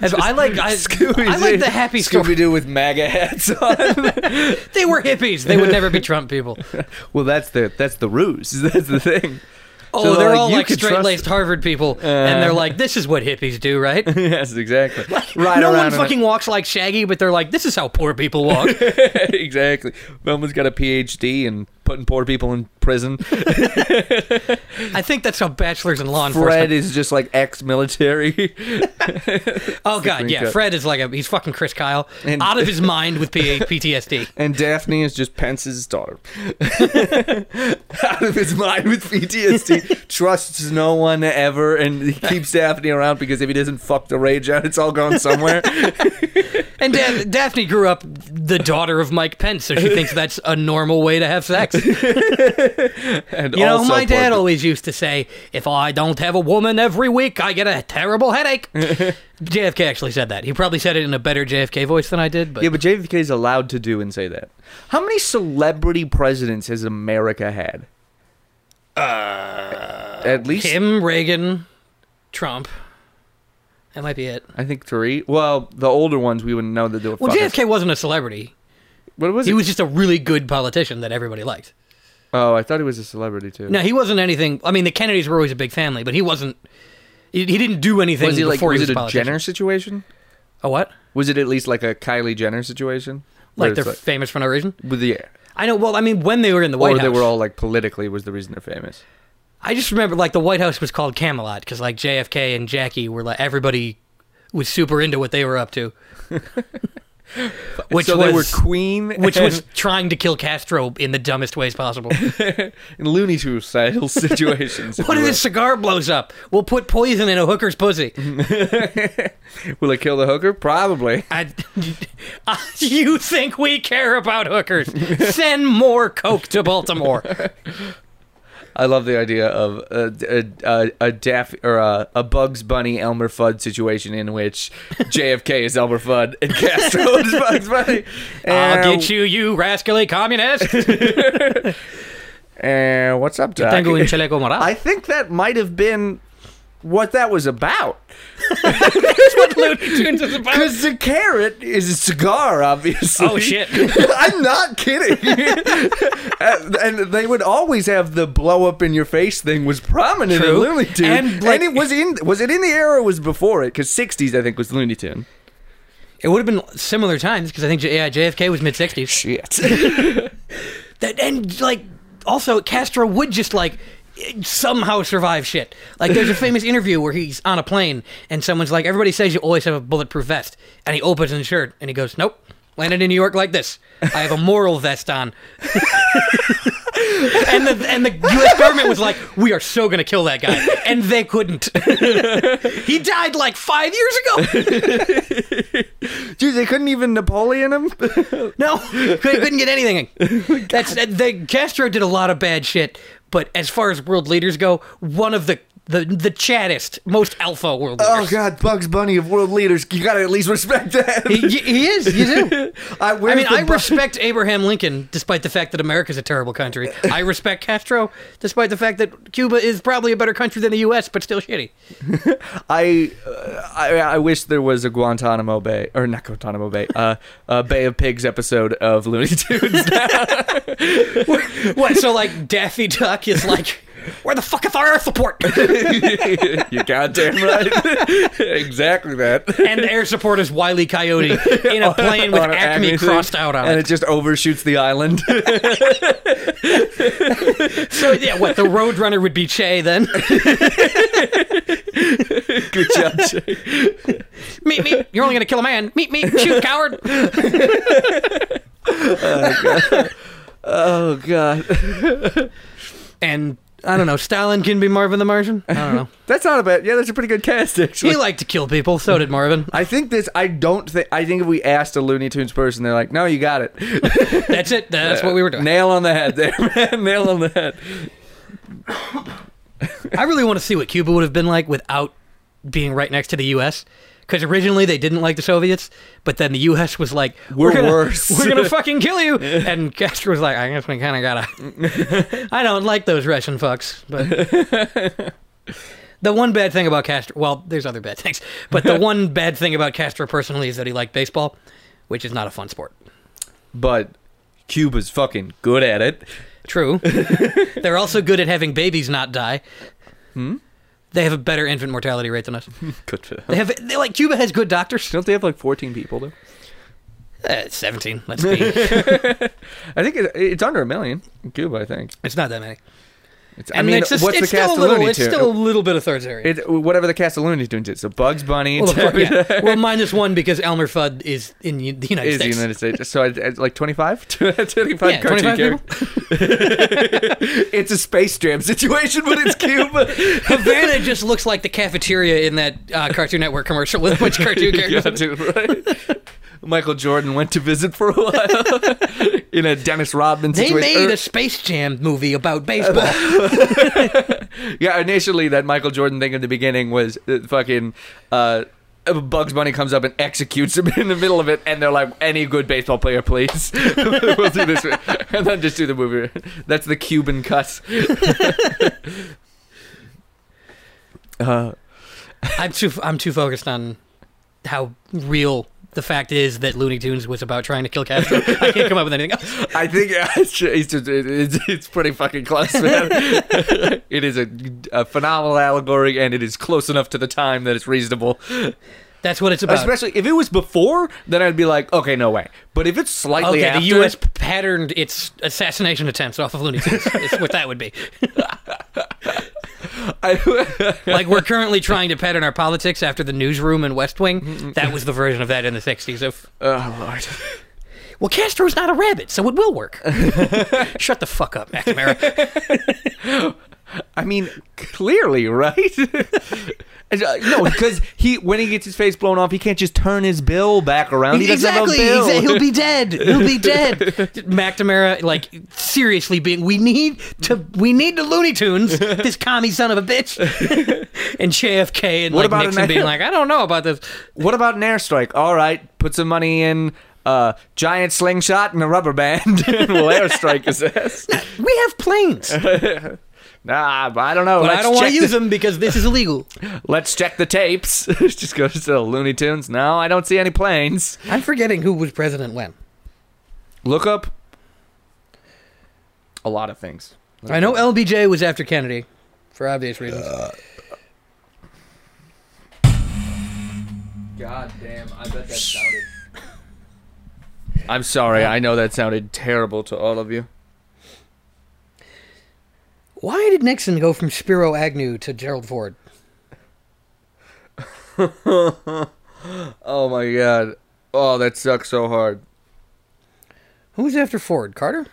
B: As I like I, I
A: Scooby-Doo-
B: like the happy story.
A: Scooby-Doo with MAGA hats on.
B: They were hippies. They would never be Trump people.
A: well, that's the that's the ruse. That's the thing.
B: Oh,
A: So
B: they're
A: like,
B: all
A: you
B: like
A: could trust-
B: straight laced Harvard people, and they're like, "This is what hippies do, right?"
A: yes, exactly. Right
B: no
A: around
B: one
A: in a-
B: fucking walks like Shaggy, but they're like, "This is how poor people walk."
A: exactly. Velma's got a PhD in putting poor people in prison.
B: I think that's how bachelors in law
A: Fred
B: enforcement.
A: is just like ex-military.
B: oh god, yeah,
A: cut.
B: Fred is like a he's fucking Chris Kyle,
A: And-
B: out of his mind with PA- PTSD.
A: And Daphne is just Pence's daughter. Out of his mind with PTSD. Trusts no one ever and he keeps Daphne around because if he doesn't fuck the rage out, it's all gone somewhere.
B: And Da- Daphne grew up the daughter of Mike Pence, so she thinks that's a normal way to have sex. You
A: and
B: know,
A: also
B: my dad
A: poor-
B: always used to say, "If I don't have a woman every week, I get a terrible headache." JFK actually said that. He probably said it in a better JFK voice than I did, but
A: Yeah, but JFK is allowed to do and say that. How many celebrity presidents has America had? Uh, At least
B: Kim, Reagan, Trump. That might be it.
A: I think three. Well, the older ones we wouldn't know that they were.
B: Well,
A: fuckers.
B: JFK wasn't a celebrity.
A: What was
B: He
A: it?
B: was just a really good politician that everybody liked.
A: oh, I thought he was a celebrity too.
B: No, he wasn't anything. I mean, the Kennedys were always a big family, but he wasn't. He, he didn't do anything
A: was he like
B: before
A: was
B: he was
A: it a
B: politician.
A: Jenner situation?
B: A what?
A: Was it at least like a Kylie Jenner situation? Where
B: Like
A: it's
B: they're famous for no reason.
A: with the
B: I know. Well, I mean, when they were in the White
A: or
B: House,
A: they were all like politically was the reason they're famous.
B: I just remember like the White House was called Camelot because like JFK and Jackie were like everybody was super into what they were up to, which
A: so
B: was
A: they were Queen,
B: which
A: and,
B: was trying to kill Castro in the dumbest ways possible.
A: and Looney Tunes style situations. if
B: What
A: you
B: if this cigar blows up? We'll put poison in a hooker's pussy.
A: Mm-hmm. will. Will it kill the hooker? Probably.
B: I, you think we care about hookers? Send more coke to Baltimore.
A: I love the idea of a a, a, a Daff or a, a Bugs Bunny Elmer Fudd situation in which JFK is Elmer Fudd and Castro is Bugs Bunny.
B: I'll get you, you rascally communist.
A: Uh, what's up, Doc?
B: Tengo un chaleco morado.
A: I think that might have been what that was about.
B: That's what Looney Tunes is about.
A: Because the carrot is a cigar, obviously.
B: Oh, shit.
A: I'm not kidding. Uh, and they would always have the blow up in your face thing was prominent in
B: True.
A: Looney Tunes.
B: And, like-
A: it was in was it in the era or was it before it? Because '60s, I think, was Looney Tune.
B: It would have been similar times because I think J- yeah, JFK was mid sixties.
A: Shit.
B: That and like also Castro would just like somehow survive shit. Like there's a famous interview where he's on a plane and someone's like, "Everybody says you always have a bulletproof vest," and he opens his shirt and he goes, "Nope." Landed in New York like this. I have a moral vest on. and the and the U.S. government was like, "We are so gonna kill that guy," and they couldn't. he died like five years ago.
A: Dude, they couldn't even Napoleon him.
B: No, they couldn't get anything. That's that, they, Castro did a lot of bad shit, but as far as world leaders go, one of the the the chattest, most alpha world
A: oh
B: leaders.
A: God, Bugs Bunny of world leaders. You gotta at least respect that.
B: He, he is. You do.
A: I,
B: I
A: where's
B: mean,
A: the
B: I
A: Bu-
B: respect Abraham Lincoln, despite the fact that America's a terrible country. I respect Castro, despite the fact that Cuba is probably a better country than the U.S., but still shitty.
A: I, uh, I I wish there was a Guantanamo Bay or not Guantanamo Bay, uh, a Bay of Pigs episode of Looney Tunes.
B: What? So like Daffy Duck is like, where the fuck is our air support?
A: you goddamn right, exactly that.
B: And the air support is Wiley Coyote in a plane with
A: On an
B: Acme
A: thing,
B: crossed out on it.
A: and it just overshoots the island.
B: So yeah, what the Roadrunner would be Che then?
A: Good job, Jake.
B: meet me. You're only gonna kill a man. Meet me. Shoot, coward.
A: Oh god,
B: And I don't know. Stalin can be Marvin the Martian. I don't know.
A: that's not a bad. Yeah, that's a pretty good cast actually.
B: He liked to kill people. So did Marvin.
A: I think this. I don't think. I think if we asked a Looney Tunes person, they're like, "No, you got it.
B: That's it. That's what we were doing.
A: Nail on the head, there, man. Nail on the head."
B: I really want to see what Cuba would have been like without being right next to the U.S. Because originally they didn't like the Soviets, but then the U.S. was like,
A: We're
B: gonna,
A: worse."
B: We're gonna fucking kill you." And Castro was like, "I guess we kind of gotta." I don't like those Russian fucks, but the one bad thing about Castro, well, there's other bad things, but the one bad thing about Castro personally is that he liked baseball, which is not a fun sport.
A: But Cuba's fucking good at it.
B: True. They're also good at having babies not die.
A: Hmm?
B: They have a better infant mortality rate than us.
A: Good for them.
B: They have they, like Cuba has good doctors.
A: Don't they have like 14 people though?
B: Uh, Seventeen. Let's be.
A: I think it, it's under a million. in Cuba, I think.
B: it's not that many.
A: It's, I
B: And
A: mean,
B: it's just,
A: what's
B: it's
A: the cast
B: still a
A: of
B: little.
A: Looney
B: It's
A: Tunes?
B: still a little bit of third area.
A: It- whatever the cast of Looney Tunes is. So Bugs Bunny
B: well, the fuck,
A: Daffy Duck
B: yeah. well, minus one because Elmer Fudd is in u- the United
A: is the
B: States.
A: United States. So it's, it's like 25? 25
B: yeah,
A: cartoon
B: 25 people?
A: characters. It's a Space Jam situation, but it's Cuba.
B: Havana just looks like the cafeteria in that uh, Cartoon Network commercial with a bunch of cartoon characters.
A: Yeah, dude, right? Michael Jordan went to visit for a while in a Dennis Rodman
B: They
A: situation. er-
B: made a Space Jam movie about baseball.
A: Yeah, initially that Michael Jordan thing in the beginning was uh, fucking. Uh, Bugs Bunny comes up and executes him in the middle of it, and they're like, "Any good baseball player, please. we'll do this, and then just do the movie. That's the Cuban cut." uh,
B: I'm too I'm too focused on how real the fact is that Looney Tunes was about trying to kill Castro. I can't come up with anything else.
A: I think uh, it's, ju- it's, just, it- it's, it's pretty fucking close, man. it is a, a phenomenal allegory, and it is close enough to the time that it's reasonable.
B: That's what it's about.
A: Especially if it was before, then I'd be like, okay, no way. But if it's slightly
B: okay,
A: after,
B: the U.S. patterned its assassination attempts off of Looney Tunes. is what that would be.
A: I,
B: Like we're currently trying to pattern our politics after the newsroom and West Wing. That was the version of that in the '60s. Of
A: oh lord,
B: well, Castro's not a rabbit, so it will work. Shut the fuck up, McNamara.
A: I mean, clearly, right? And, uh, no, because he when he gets his face blown off, he can't just turn his bill back around. He
B: exactly.
A: doesn't have a bill.
B: exa- He'll be dead. He'll be dead. McNamara, like seriously, being we need to we need the Looney Tunes. This commie son of a bitch. and JFK and
A: What
B: like
A: about
B: Nixon
A: an-
B: being like, I don't know about this.
A: What about an airstrike? All right, put some money in a giant slingshot and a rubber band, and we'll airstrike his ass.
B: We have planes, but
A: Nah, but I don't know.
B: I don't want to
A: check
B: use
A: the-
B: them because this is illegal.
A: Let's check the tapes. Just go to the Looney Tunes. No, I don't see any planes.
B: I'm forgetting who was president when.
A: Look up a lot of things.
B: I know LBJ was after Kennedy, for obvious reasons.
A: Uh. God damn! I bet that sounded. I'm sorry. I know that sounded terrible to all of you.
B: Why did Nixon go from Spiro Agnew to Gerald Ford?
A: Oh my god. Oh, that sucks so hard.
B: Who was after Ford? Carter?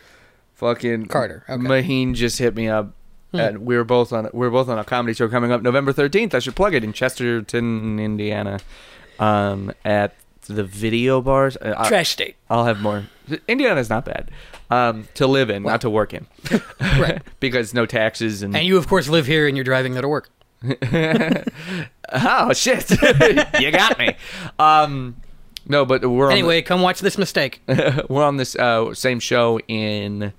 A: Fucking
B: Carter, okay.
A: Maheen just hit me up, and we were both on we were both on a comedy show coming up November thirteenth. I should plug it in Chesterton, Indiana, um, at the video bars. Uh, I,
B: Trash state.
A: I'll have more. Indiana's not bad um, to live in, not to work in,
B: Right.
A: because no taxes and,
B: And you, of course, live here and you're driving there to work.
A: oh shit, you got me. Um, no, but we're on the-
B: Anyway, come watch this mistake.
A: we're on this uh, same show in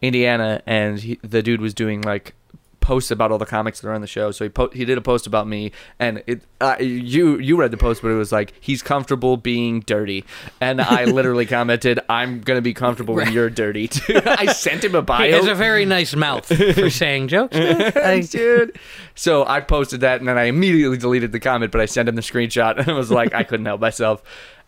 A: Indiana, and he, the dude was doing like posts about all the comics that are on the show. So he po- he did a post about me, and it uh, you you read the post, but it was like he's comfortable being dirty, and I literally commented, "I'm gonna be comfortable when
B: Right.
A: you're dirty." Too. I sent him a bio.
B: He has a very nice mouth for saying jokes. I,
A: dude. So I posted that, and then I immediately deleted the comment, but I sent him the screenshot, and I was like, I couldn't help myself.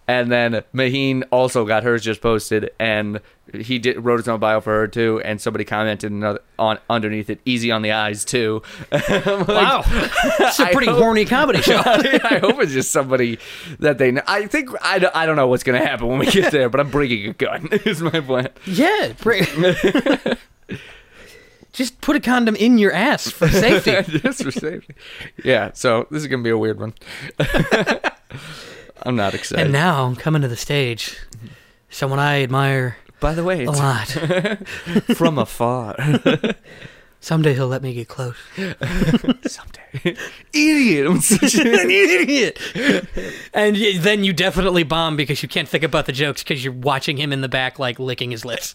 A: And then Maheen also got hers just posted, and he did wrote his own bio for her too. And somebody commented another, on underneath it, "Easy on the eyes too." I'm like,
B: wow. It's a
A: I
B: pretty
A: hope-
B: horny comedy show.
A: I hope it's just somebody that they know. I think I, don't- I don't know what's gonna happen when we get there, but I'm bringing a gun. Is my plan.
B: yeah. pre- Just put a condom in your ass for safety.
A: Just for safety. Yeah. So this is gonna be a weird one. I'm not excited.
B: And now I'm coming to the stage. Someone I admire
A: By the way,
B: a lot.
A: it's from afar.
B: Someday he'll let me get close.
A: Someday. Idiot. I'm such a-
B: an idiot. And y- then you definitely bomb because you can't think about the jokes because you're watching him in the back, like licking his lips.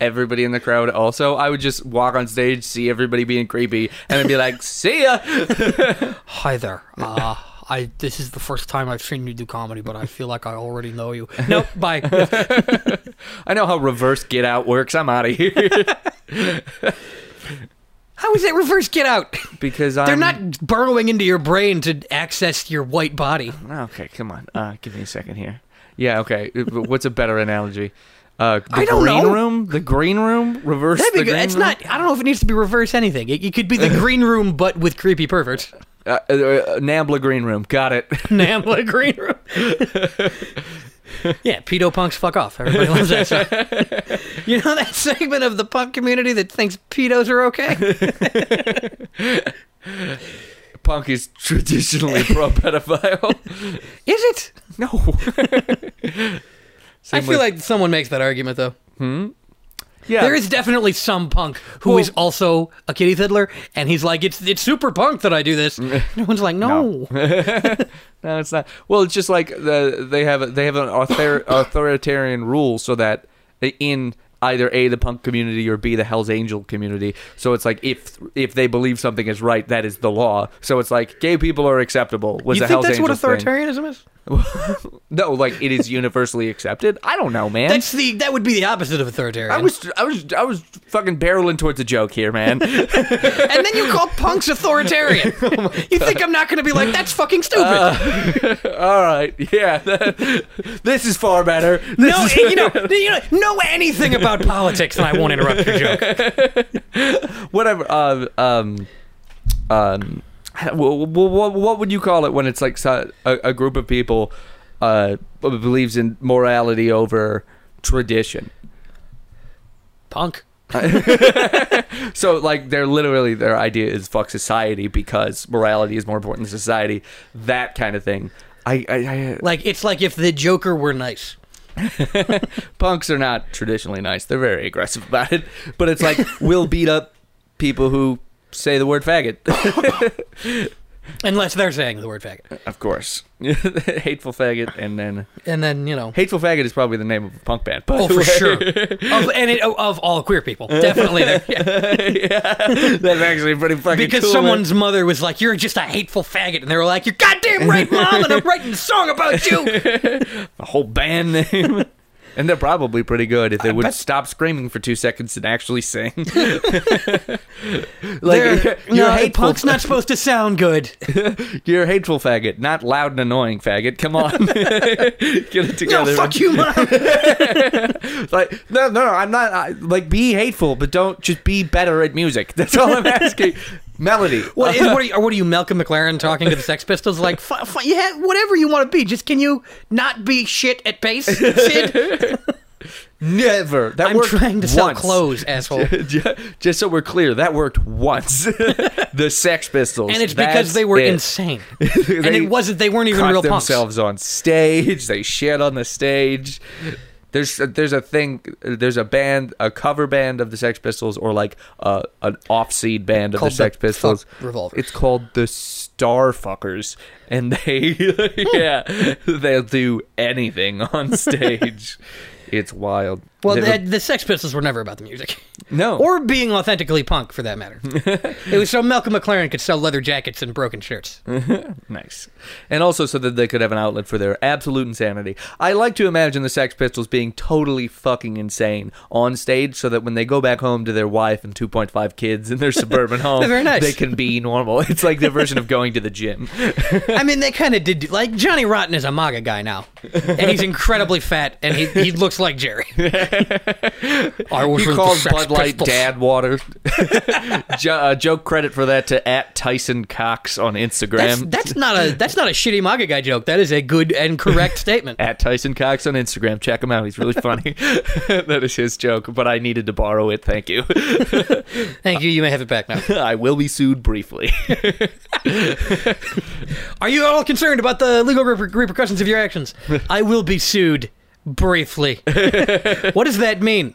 A: everybody in the crowd also. I would just walk on stage, see everybody being creepy, and I'd be like, see ya.
B: Hi there. Uh, I this is the first time I've seen you do comedy, but I feel like I already know you. Nope, bye.
A: I know how reverse get out works. I'm out of here
B: How is that reverse get out?
A: because
B: They're
A: I'm
B: not burrowing into your brain to access your white body.
A: Okay, come on. Uh, give me a second here. Yeah, okay. Uh, but What's a better analogy? Uh, the
B: I don't
A: green
B: know.
A: room. The green room. Reverse.
B: That'd be
A: the
B: good.
A: green
B: It's
A: room?
B: not. I don't know if it needs to be reverse anything. It, it could be the green room, but with creepy perverts.
A: Uh, uh, uh, Nambla green room. Got it.
B: Nambla green room. yeah, pedo punks, fuck off. Everybody loves that. Stuff. you know that segment of the punk community that thinks pedos are okay.
A: Punk is traditionally pro pedophile.
B: Is it?
A: no.
B: I
A: Same
B: feel
A: with-
B: like someone makes that argument though.
A: yeah.
B: There is definitely some punk who
A: Well-
B: is also a kitty fiddler, and he's like, "It's it's super punk that I do this." No one's like, "No,
A: No, it's not. Well, it's just like the, they have a, they have an author, authoritarian rule so that in either a the punk community or b the Hell's Angel community. So it's like if if they believe something is right, that is the law. So it's like gay people are acceptable. Was
B: you
A: a
B: think
A: Hell's
B: that's what
A: Angel thing.
B: authoritarianism is?"
A: No, like it is universally accepted. I don't know, man.
B: That's the that would be the opposite of authoritarian.
A: I was I was I was fucking barreling towards a joke here, man.
B: and then you call punks authoritarian.
A: Oh
B: you think I'm not going to be like, "That's fucking stupid."
A: Uh, All right, yeah, this is far better. This
B: no,
A: is-
B: you know, you know, know anything about politics, and I won't interrupt your joke.
A: whatever. Uh, um, um, what, what, what would you call it when it's like so- a, a group of people uh, b- believes in morality over tradition?
B: Punk.
A: So like they're literally their idea is fuck society because morality is more important than society. That kind of thing. I, I, I
B: Like it's like if the Joker were nice.
A: punks are not traditionally nice. They're very aggressive about it. But it's like we'll beat up people who say the word faggot.
B: Unless they're saying the word faggot.
A: of course, hateful faggot, and then
B: And then, you know.
A: hateful faggot is probably the name of a punk band. But
B: Oh, for sure. Of, and it, oh, of all queer people. Definitely. they're- yeah.
A: that's actually pretty fucking
B: Because
A: cool, man.
B: someone's mother was like, You're just a hateful faggot. And they were like, You're goddamn right, mom. And I'm writing a song about you.
A: a whole band name. And they're probably pretty good if they would
B: bet-
A: stop screaming for two seconds and actually sing. like
B: They're-
A: you're
B: no,
A: hateful,
B: punk's not supposed to sound good.
A: you're hateful faggot, not loud and annoying faggot. Come on, get it
B: No,
A: together.
B: fuck you, mom.
A: Like no, no, I'm not. I, like be hateful, but don't just be better at music. That's all I'm asking. Melody.
B: What, is, what, are you, or what are you, Malcolm McLaren, talking to the Sex Pistols? Like, f- f- yeah, whatever you want to be. Just can you not be shit at base, Sid?
A: Never. That
B: I'm
A: worked
B: trying to sell
A: once.
B: clothes, asshole.
A: Ju- Just so we're clear, that worked once. the Sex Pistols,
B: And it's
A: That's
B: because they were
A: it.
B: insane. and
A: They
B: it wasn't, they weren't even
A: Cut
B: real punks.
A: themselves on stage. They shit on the stage. There's there's a thing. There's a band, a cover band of the Sex Pistols, or like uh, an off-seed band of
B: Called
A: the Sex
B: the
A: Pistols.
B: Fuck Revolvers.
A: It's called the Starfuckers, and they
B: Hmm.
A: yeah they'll do anything on stage. it's wild.
B: Well,
A: They- Oh.
B: the, the Sex Pistols were never about the music.
A: no,
B: Or being authentically punk, for that matter. it was so Malcolm McLaren could sell leather jackets and broken shirts.
A: Nice. And also so that they could have an outlet for their absolute insanity. I like to imagine the Sex Pistols being totally fucking insane on stage so that when they go back home to their wife and 2.5 kids in their suburban home,
B: Very nice.
A: they can be normal. It's like their version of going to the gym.
B: I mean, they kind of did. do- Like, Johnny Rotten is a MAGA guy now. And he's incredibly fat, and he, he looks like Jerry. I was
A: He
B: with the
A: calls
B: Sex
A: Bud Light
B: Pistols.
A: dad water. jo- uh, joke credit for that to at Tyson Cox on
B: That's,
A: Instagram.
B: that's not a that's not a shitty MAGA guy joke. That is a good and correct statement.
A: at Tyson Cox on Instagram. Check him out. He's really funny. that is his joke, but I needed to borrow it. Thank you.
B: Thank you. You may have it back now.
A: I will be sued briefly.
B: Are you at all concerned about the legal reper- repercussions of your actions? I will be sued briefly. what does that mean?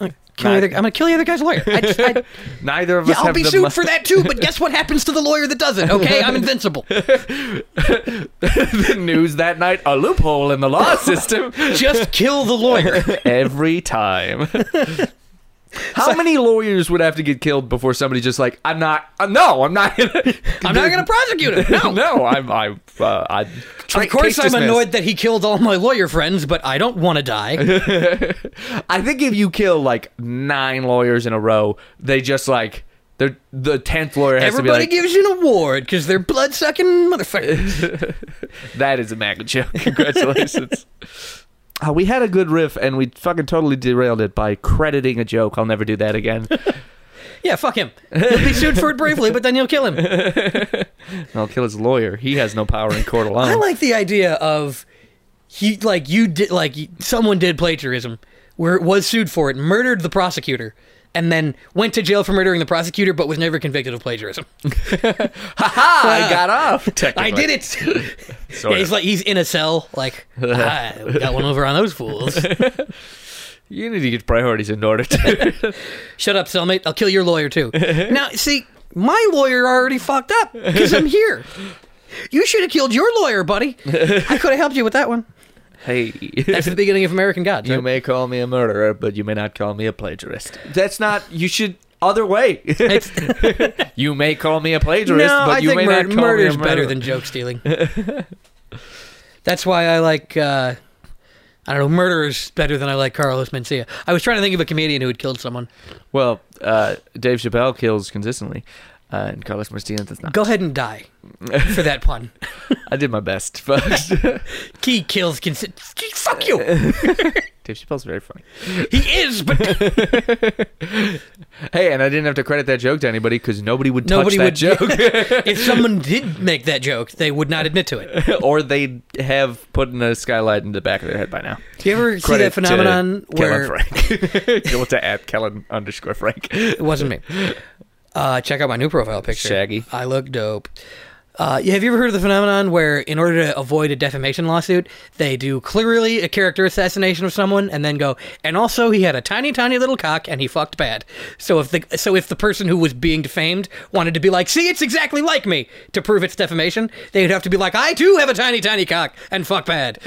B: I'm gonna kill the other- I'm gonna kill the other guy's lawyer. I just, I,
A: Neither of
B: yeah,
A: us
B: I'll
A: have
B: be
A: the
B: sued
A: mo-
B: for that too. But guess what happens to the lawyer that doesn't? Okay, I'm invincible.
A: the news that night. A loophole in the law system
B: Just kill the lawyer.
A: every time. How many lawyers would have to get killed before somebody just like I'm not? Uh, no, I'm not. Gonna,
B: I'm not going to prosecute him. No.
A: no, I'm. I'm. Uh, I,
B: Of course,
A: case
B: I'm
A: dismissed.
B: annoyed that he killed all my lawyer friends, but I don't want to die.
A: I think if you kill like nine lawyers in a row, they just like they're the tenth lawyer has
B: Everybody
A: to be
B: gives you an award because they're blood sucking motherfuckers.
A: like, "That is a MAGA joke." Congratulations. Uh, we had a good riff and we fucking totally derailed it by crediting a joke. I'll never do that again.
B: yeah, fuck him. He'll be sued for it briefly, but then you'll kill him.
A: And I'll kill his lawyer. He has no power in court alone.
B: I like the idea of he like you did like someone did plagiarism where it was sued for it, murdered the prosecutor, and then went to jail for murdering the prosecutor, but was never convicted of plagiarism.
A: ha! I got off. Technically,
B: I did it.
A: Sort
B: yeah,
A: of.
B: he's like he's in a cell, like ah, we got one over on those fools.
A: You need to get priorities in order. To-
B: Shut up, cellmate. I'll kill your lawyer too. now, see, my lawyer already fucked up because I'm here. You should have killed your lawyer, buddy. I could have helped you with that one.
A: hey.
B: That's the beginning of American Gods.
A: You
B: right?
A: may call me a murderer, but you may not call me a plagiarist. That's not. You should other way.
B: It's-
A: you may call me a plagiarist,
B: no,
A: but
B: I
A: you
B: think
A: may
B: mur-
A: not call
B: murder's
A: me a murderer.
B: better than joke stealing. That's why I like. Uh, I don't know. Murderers better than I like Carlos Mencia. I was trying to think of a comedian who had killed someone.
A: Well, uh, Dave Chappelle kills consistently, uh, and Carlos Martinez does not.
B: Go ahead and die for that pun.
A: I did my best, folks. Dave
B: He kills consent. Fuck you.
A: Chappelle's very funny.
B: He is, but
A: Hey, and I didn't have to credit that joke to anybody because nobody would touch
B: Nobody
A: that
B: would-
A: joke,
B: if someone did make that joke, they would not admit to it.
A: or they'd have put in a skylight in the back of their head by now.
B: Do you ever see
A: Credit
B: that phenomenon
A: to Kellen
B: where
A: Frank. Go to at Kellen underscore Frank.
B: it wasn't me? Uh, check out my new profile picture.
A: Shaggy.
B: I look dope. Uh, yeah, have you ever heard of the phenomenon where, in order to avoid a defamation lawsuit, they do clearly a character assassination of someone, and then go, and also he had a tiny, tiny little cock, and he fucked bad. So if the so if the person who was being defamed wanted to be like, see, it's exactly like me to prove it's defamation, they'd have to be like, I too have a tiny, tiny cock and fuck bad.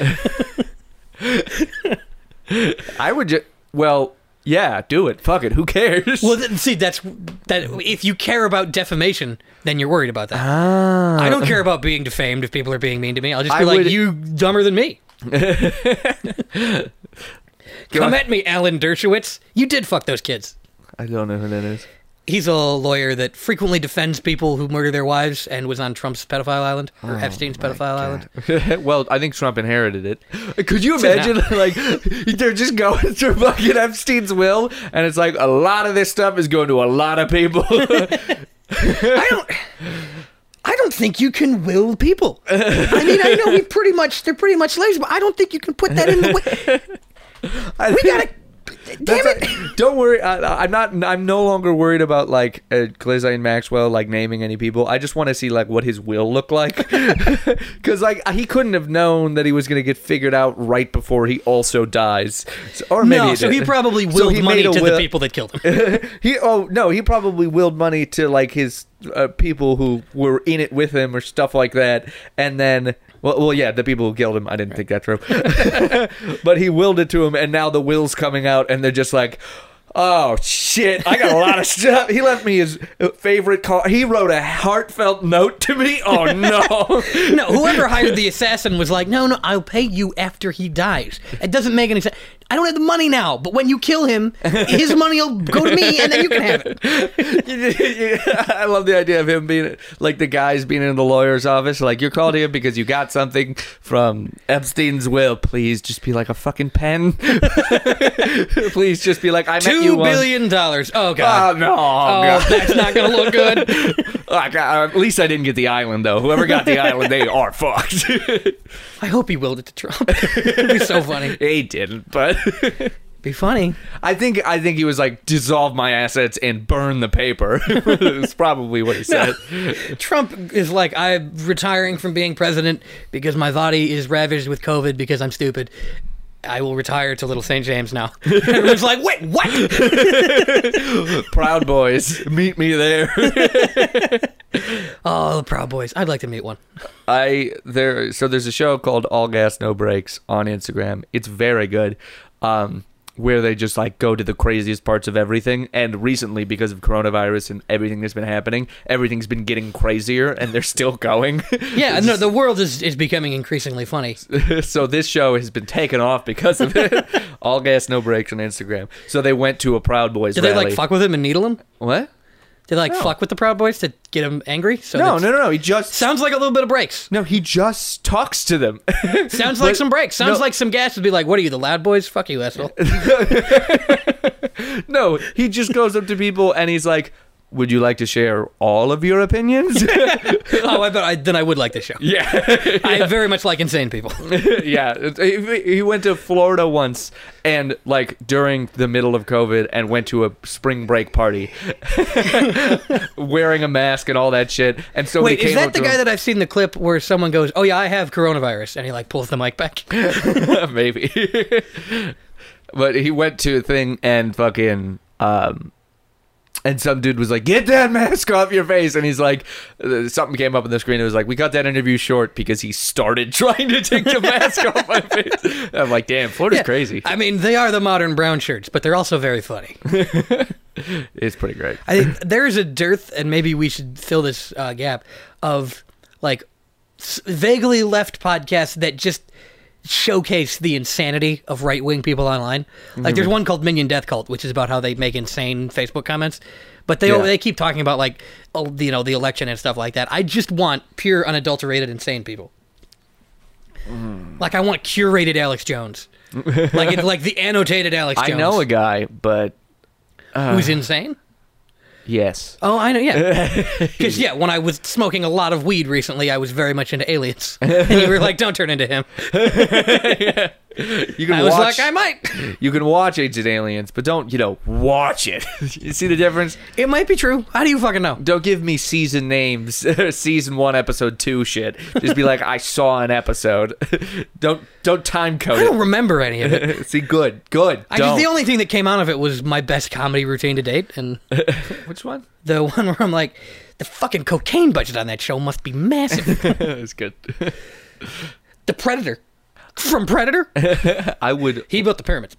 A: I would just. Well, yeah, do it. Fuck it. Who cares?
B: Well, th- see, that's that. If you care about defamation, then you're worried about that. I don't care about being defamed if people are being mean to me. I'll just be
A: I
B: like,
A: would-
B: you dumber than me. Come at me, Alan Dershowitz. You did fuck those kids.
A: I don't know who that is.
B: He's a lawyer that frequently defends people who murder their wives and was on Trump's pedophile island
A: Oh
B: or Epstein's pedophile island.
A: well, I think Trump inherited it. Could you
B: Somehow.
A: imagine, like, they're just going through fucking Epstein's will, and it's like a lot of this stuff is going to a lot of people.
B: I don't. I don't think you can will people. I mean, I know we pretty much they're pretty much slaves, but I don't think you can put that in the way.
A: I
B: We gotta. Damn it!
A: don't worry. I, I'm not. I'm no longer worried about like uh, Ghislaine Maxwell like naming any people. I just want to see like what his will looked like, because like he couldn't have known that he was gonna get figured out right before he also dies, So- or maybe
B: no,
A: he
B: so
A: did.
B: he probably
A: So
B: willed
A: he
B: money
A: made
B: to
A: a
B: the
A: will-
B: people that killed him.
A: he oh no he probably willed money to like his uh, people who were in it with him or stuff like that and then well, well yeah the people who killed him i didn't think that through but he willed it to him and now the will's coming out and they're just like oh shit i got a lot of stuff he left me his uh, favorite car he wrote a heartfelt note to me oh no
B: no, whoever hired the assassin was like, no, no, I'll pay you after he dies. It doesn't make any sense. I don't have the money now, but when you kill him, his money will go to me, and then you can have it.
A: I love the idea of him being like the guys being in the lawyer's office. Like you're called here because you got something from Epstein's will. Please just be like a fucking pen. Please just be like I met you
B: Two
A: once.
B: billion dollars. Oh
A: Oh
B: god.
A: no! Oh,
B: Oh,
A: God.
B: that's not gonna look good.
A: Oh, God. At least I didn't get the island though. Whoever got the island, they are fucked.
B: I hope he willed it to Trump. It'd be so funny.
A: he didn't, but
B: Be funny.
A: I think I think he was like dissolve my assets and burn the paper. It's probably what he said.
B: Trump is like, I'm retiring from being president because my body is ravaged with COVID because I'm stupid. I will retire to Little St. James now. Everyone's like, wait, what?
A: Proud boys, meet me there.
B: Oh, the Proud Boys. I'd like to meet one.
A: I there so there's a show called All Gas No Breaks on Instagram. It's very good. Um where they just like go to the craziest parts of everything. And recently, because of coronavirus and everything that's been happening, everything's been getting crazier, and they're still going.
B: Yeah, no, the world is, is becoming increasingly funny.
A: so this show has been taken off because of it. All gas, no brakes on Instagram. So they went to a Proud Boys
B: Did
A: rally.
B: they like fuck with him and needle him?
A: What?
B: Did they like
A: No.
B: fuck with the Proud Boys to get him angry? So
A: No,
B: that's-
A: no, no, no. He just
B: Sounds like a little bit of breaks.
A: no. He just talks to them.
B: Sounds like
A: But-
B: some breaks. Sounds
A: no.
B: like some gas would be like, "What are you, the Loud Boys? Fuck you, asshole."
A: No, he just goes up to people and he's like, "Would you like to share all of your opinions?"
B: oh, I bet. I, then I would like this show.
A: yeah,
B: I very much like insane people.
A: yeah. He he went to Florida once and like during the middle of COVID and went to a spring break party, wearing a mask and all that shit. And so
B: Wait, is that the guy that I've seen the clip where someone goes, "Oh yeah, I have coronavirus," and he like pulls the mic back?
A: that maybe? but he went to a thing and fucking. Um, and some dude was like, "Get that mask off your face!" And he's like, uh, something came up on the screen. It was like, "We got that interview short because he started trying to take the mask off my face." I'm like, "Damn, Florida's
B: Yeah.
A: crazy.
B: I mean, they are the modern brown shirts, but they're also very funny.
A: It's pretty great."
B: I think there is a dearth, and maybe we should fill this uh, gap of like s- vaguely left podcasts that just showcase the insanity of right wing people online. Like there's one called Minion Death Cult, which is about how they make insane Facebook comments, but they
A: Yeah.
B: they keep talking about like oh, you know the election and stuff like that. I just want pure unadulterated insane people. Like I want curated Alex Jones. like it's like the annotated Alex
A: I
B: Jones.
A: know a guy, but
B: who's insane.
A: yes.
B: Oh, I know. Yeah, because yeah, when I was smoking a lot of weed recently, I was very much into aliens, and you were like, "Don't turn into him."
A: You can
B: I was
A: watch.
B: like, "I might."
A: you can watch Ancient Aliens, but don't you know watch it. you see the difference?
B: It might be true. How do you fucking know?
A: Don't give me season names, season one, episode two, shit. Just be like, I saw an episode. don't don't time
B: I don't
A: code
B: remember any of it.
A: it. see, good, good.
B: I
A: don't.
B: just, the only thing that came out of it was my best comedy routine to date, and
A: Which one?
B: the one where I'm like, "The fucking cocaine budget on that show must be massive."
A: That's good.
B: the Predator from Predator,
A: I would,
B: he built the pyramids.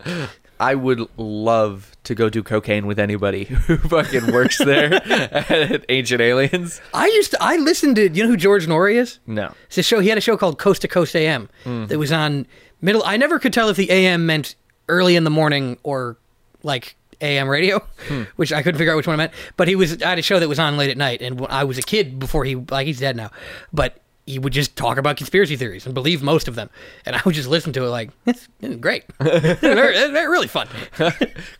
A: I would love to go do cocaine with anybody who fucking works there at Ancient Aliens.
B: I used to. I listened to. You know who George Norrie is?
A: No.
B: It's a show. He had a show called Coast to Coast AM that was on middle. I never could tell if the AM meant early in the morning or like AM radio, which I couldn't figure out which one it meant. But he was I had a show that was on late at night, and when I was a kid before he like he's dead now, but he would just talk about conspiracy theories and believe most of them, and I would just listen to it like it's great, they're, they're really fun.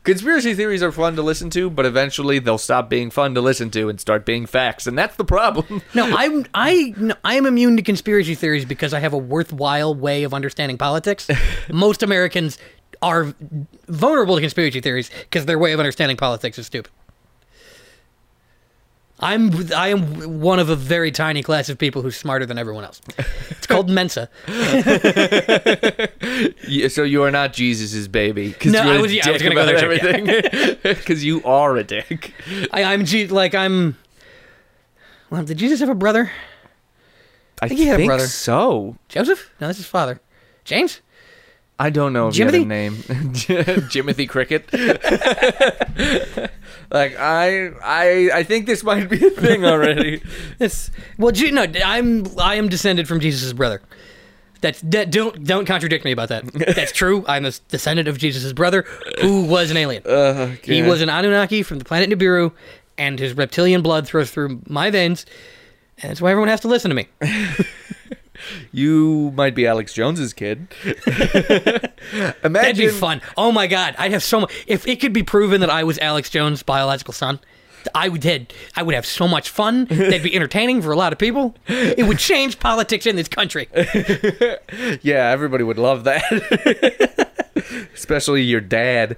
A: Conspiracy theories are fun to listen to, but eventually they'll stop being fun to listen to and start being facts, and that's the problem.
B: No, I'm I no, I am immune to conspiracy theories because I have a worthwhile way of understanding politics. Most Americans are vulnerable to conspiracy theories because their way of understanding politics is stupid. I'm I am one of a very tiny class of people who's smarter than everyone else. It's called Mensa.
A: Yeah, so you are not Jesus's baby because
B: No,
A: you're
B: I
A: a
B: was- yeah, I was
A: dick
B: gonna go
A: about
B: there, too,
A: everything. Because you are a dick.
B: I, I'm G, like I'm. Well, did Jesus have a brother?
A: I
B: think he had a brother.
A: so.
B: Joseph? No, that's his father. James?
A: I don't know if you had a
B: Jimothy?
A: name. Jimothy Cricket. like I, I, I think this might be a thing already.
B: It's, well, Je- no, I'm I am descended from Jesus' brother. That's that. Don't don't contradict me about that. That's true. I'm a descendant of Jesus' brother, who was an alien.
A: Uh,
B: He was an Anunnaki from the planet Nibiru, and his reptilian blood throws through my veins, and that's why everyone has to listen to me.
A: You might be Alex Jones's kid.
B: That'd be
A: Imagine
B: fun. Oh my god, I'd have so much. If it could be proven that I was Alex Jones' biological son, I would had, I would have so much fun. That'd be entertaining for a lot of people. It would change politics in this country.
A: Yeah, everybody would love that. Especially your dad.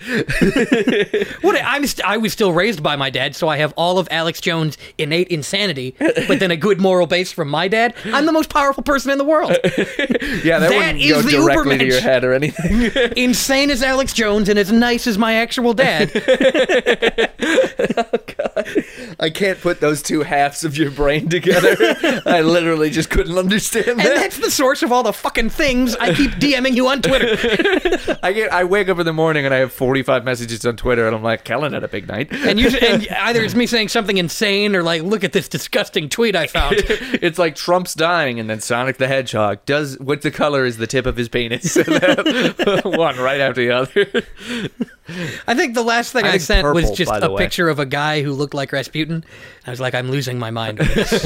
B: What I'm st- I was still raised by my dad, so I have all of Alex Jones' innate insanity, but then a good moral base from my dad. I'm the most powerful person in the world.
A: Yeah, that,
B: That
A: wouldn't
B: is
A: go
B: the
A: directly to
B: Ubermensch.
A: your head or anything.
B: Insane as Alex Jones and as nice as my actual dad.
A: I can't put those two halves of your brain together. I literally just couldn't understand
B: And
A: that.
B: that's the source of all the fucking things I keep DMing you on Twitter.
A: I get I wake up in the morning and I have 45 messages on Twitter and I'm like, Kellen had a big night.
B: And, usually, and either it's me saying something insane or like, look at this disgusting tweet I found.
A: it's like Trump's dying, and then Sonic the Hedgehog does what the color is the tip of his penis. One right after the other.
B: I think the last thing
A: I
B: I,
A: think
B: sent was
A: purple,
B: just
A: by the
B: a
A: way.
B: picture of a guy who looked like Rasputin. I was like, I'm losing my mind. with this.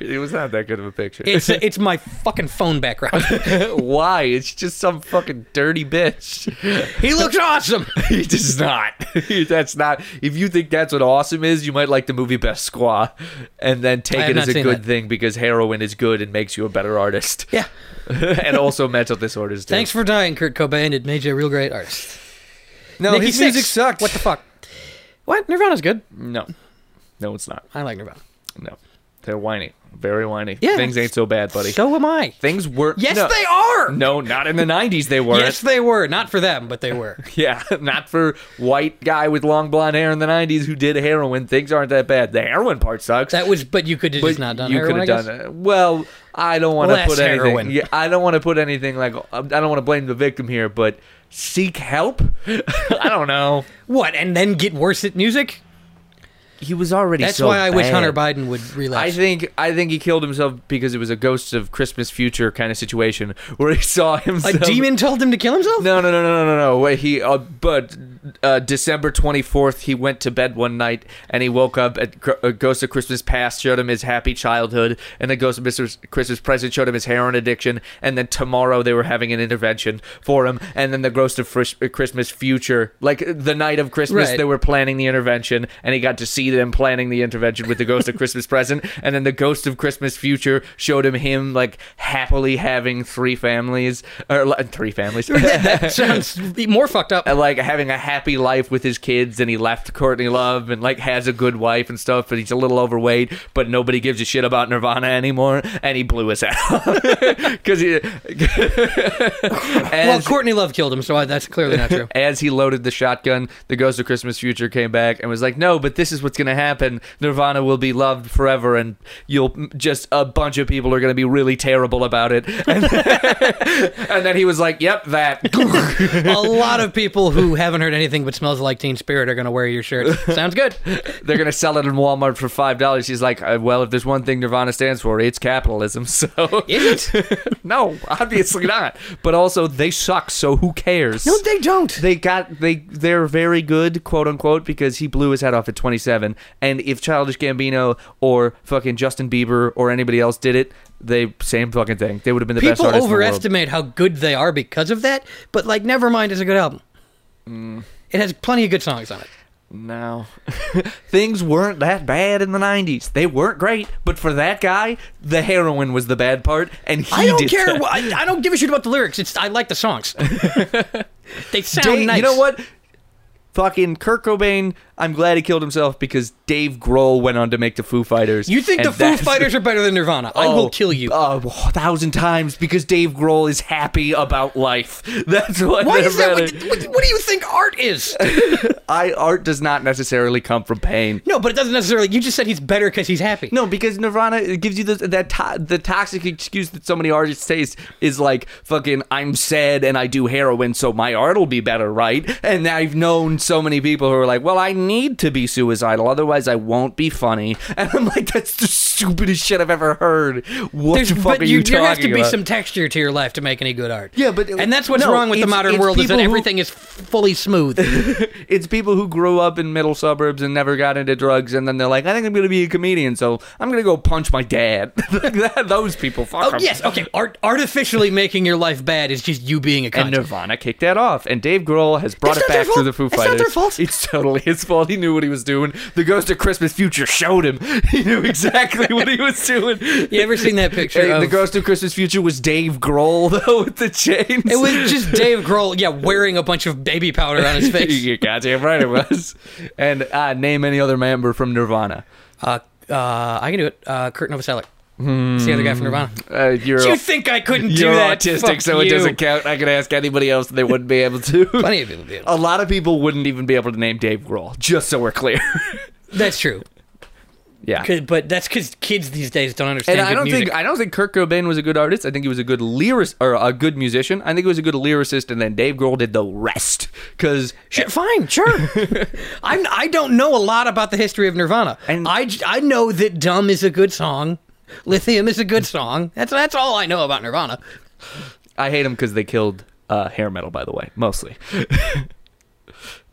A: It was not that good of a picture.
B: it's it's my fucking phone background.
A: Why? It's just some fucking dirty bitch.
B: He looks awesome.
A: He does not. that's not. If you think that's what awesome is, you might like the movie Best Squaw, and then
B: I
A: take
B: have
A: it as
B: not
A: a
B: seen
A: good
B: that.
A: thing because heroin is good and makes you a better artist.
B: Yeah.
A: and also mental disorders. Too.
B: Thanks for dying, Kurt Cobain. It made you a real great artist.
A: No,
B: Nikki
A: his
B: Sixx.
A: music sucked.
B: What the fuck? What? Nirvana's good.
A: no, no, it's not.
B: I like Nirvana.
A: No, they're whiny, very whiny.
B: Yeah.
A: things ain't so bad, buddy.
B: So am I.
A: Things were.
B: Yes,
A: no,
B: they are.
A: No, not in the '90s. They weren't.
B: Yes, they were. Not for them, but they were.
A: Yeah, not for white guy with long blonde hair in the '90s who did heroin. Things aren't that bad. The heroin part sucks.
B: That was, but you could have
A: but
B: just not done.
A: you
B: heroin,
A: could
B: I
A: have
B: guess.
A: done it. Well, I don't want to
B: Less
A: put
B: heroin.
A: anything. Yeah, I don't want to put anything like I don't want to blame the victim here, but seek help. I don't know.
B: What? And then get worse at music?
A: He was already.
B: That's
A: so
B: why I wish
A: bad.
B: Hunter Biden would
A: I
B: relapse.
A: think I think he killed himself because it was a ghosts of Christmas future kind of situation where he saw himself.
B: a demon told him to kill himself.
A: No, no, no, no, no, no. Wait, he. Uh, but uh, December twenty fourth, he went to bed one night and he woke up at Gr- uh, Ghost of Christmas Past showed him his happy childhood, and the Ghost of Mr. Christmas Present showed him his heroin addiction, and then tomorrow they were having an intervention for him, and then the Ghost of Frish- uh, Christmas Future, like uh, the night of Christmas,
B: Right.
A: they were planning the intervention, and he got to see them planning the intervention with the Ghost of Christmas Present, and then the Ghost of Christmas Future showed him him like happily having three families or like, three families.
B: that sounds more fucked up.
A: and, like having a happy life with his kids and he left Courtney Love and like has a good wife and stuff but he's a little overweight but nobody gives a shit about Nirvana anymore and he blew us out cuz he
B: Well,
A: as,
B: Courtney Love killed him, so I- that's clearly not true.
A: as he loaded the shotgun the ghost of Christmas future came back and was like no but this is what's going to happen Nirvana will be loved forever and you'll just a bunch of people are going to be really terrible about it and, and then he was like yep that
B: a lot of people who haven't heard anything but smells like Teen Spirit are going to wear your shirt. Sounds good.
A: they're gonna sell it in Walmart for five dollars. He's like, uh, well, if there's one thing Nirvana stands for, it's capitalism. So
B: Is it?
A: no, obviously not. But also, they suck. So who cares?
B: No, they don't.
A: they got they they're very good, quote unquote, because he blew his head off at 27. And if Childish Gambino or fucking Justin Bieber or anybody else did it, they same fucking thing. They would have been the best
B: People
A: artist in the world.
B: overestimate how good they are because of that, but like Nevermind is a good album.
A: Mm.
B: It has plenty of good songs on it.
A: No. Things weren't that bad in the 90s. They weren't great, but for that guy, the heroin was the bad part, and he
B: I don't
A: did
B: care.
A: that.
B: What, I, I don't give a shit about the lyrics. It's I like the songs. they sound
A: Dave-
B: nice.
A: You know what? Fucking Kurt Cobain, I'm glad he killed himself because Dave Grohl went on to make the Foo Fighters.
B: You think
A: and
B: the Foo
A: that's-
B: Fighters are better than Nirvana? I
A: Oh,
B: will kill you.
A: uh, a thousand times because Dave Grohl is happy about life. That's what.
B: Why is that?
A: matters.
B: What, what- what do you think art is?
A: I art does not necessarily come from pain.
B: No, but it doesn't necessarily. You just said he's better because he's happy.
A: No, because Nirvana it gives you the, that to- the toxic excuse that so many artists say is, is like fucking I'm sad and I do heroin, so my art will be better, right? And I've known so many people who are like, well, I need to be suicidal, otherwise I won't be funny. And I'm like, that's the stupidest shit I've ever heard. What
B: There's,
A: the fuck
B: but
A: are you,
B: you,
A: talking
B: there has to be
A: about?
B: some texture to your life to make any good art.
A: Yeah, but-
B: and that's what's
A: no,
B: wrong with the
A: it's-
B: modern
A: it's
B: world is that
A: people who-
B: everything is fully smooth.
A: it's people who grew up in middle suburbs and never got into drugs, and then they're like, I think I'm going to be a comedian, so I'm going to go punch my dad. Like that- Those people, fuck
B: oh
A: 'em.
B: yes, okay. Art artificially making your life bad is just you being a cunt.
A: And Nirvana kicked that off, and Dave Grohl has brought
B: That's
A: it
B: not their
A: back through
B: fault.
A: the Foo
B: That's not
A: Fighters.
B: their fault.
A: It's totally his fault. He knew what he was doing. The Ghost of Christmas Future showed him. He knew exactly what he was doing.
B: you ever seen that picture?
A: Hey, the
B: of-
A: Ghost of Christmas Future was Dave Grohl though with the chains.
B: It was just Dave Grohl, yeah, wearing a bunch of baby powder on his face.
A: You're goddamn right it was. and uh, name any other member from Nirvana.
B: Uh, uh, I can do it. Uh, Kurt Novoselic. It's the other guy from Nirvana.
A: Uh, Hmm. you're
B: You think I couldn't do
A: you're
B: that?
A: autistic,
B: Fuck
A: so it
B: you.
A: doesn't count. I could ask anybody else, and they wouldn't be able to.
B: Plenty of people do.
A: A lot of people wouldn't even be able to name Dave Grohl. Just so we're clear.
B: That's true.
A: yeah.
B: 'Cause- but that's because kids these days don't understand.
A: And I
B: good
A: don't
B: music.
A: think I don't think Kurt Cobain was a good artist. I think he was a good lyric or a good musician. I think he was a good lyricist, and then Dave Grohl did the rest. Because
B: Shit, fine, sure. I'm. I don't know a lot about the history of Nirvana.
A: And-
B: I, j- I know that "Dumb" is a good song, "Lithium" is a good song. That's that's all I know about Nirvana.
A: I hate him because they killed uh, hair metal. By the way, mostly.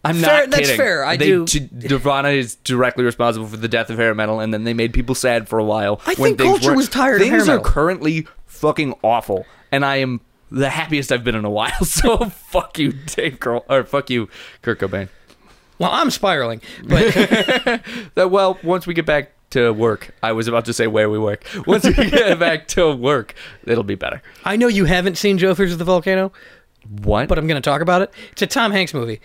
A: I'm
B: Fair-
A: not
B: that's
A: kidding.
B: fair, I
A: They-
B: do-
A: t- Nirvana is directly responsible for the death of hair metal, and then they made people sad for a while.
B: I
A: when
B: think
A: things
B: culture
A: were-
B: was tired of
A: Things
B: hair
A: are
B: metal.
A: currently fucking awful, and I am the happiest I've been in a while. So fuck you, Dave Grohl, or fuck you, Kurt Cobain.
B: Well, I'm spiraling, but
A: That, well, once we get back to work, I was about to say where we work. Once we get back to work, it'll be better.
B: I know you haven't seen Joe Fisher's The Volcano,
A: What?
B: but I'm going to talk about it. It's a Tom Hanks movie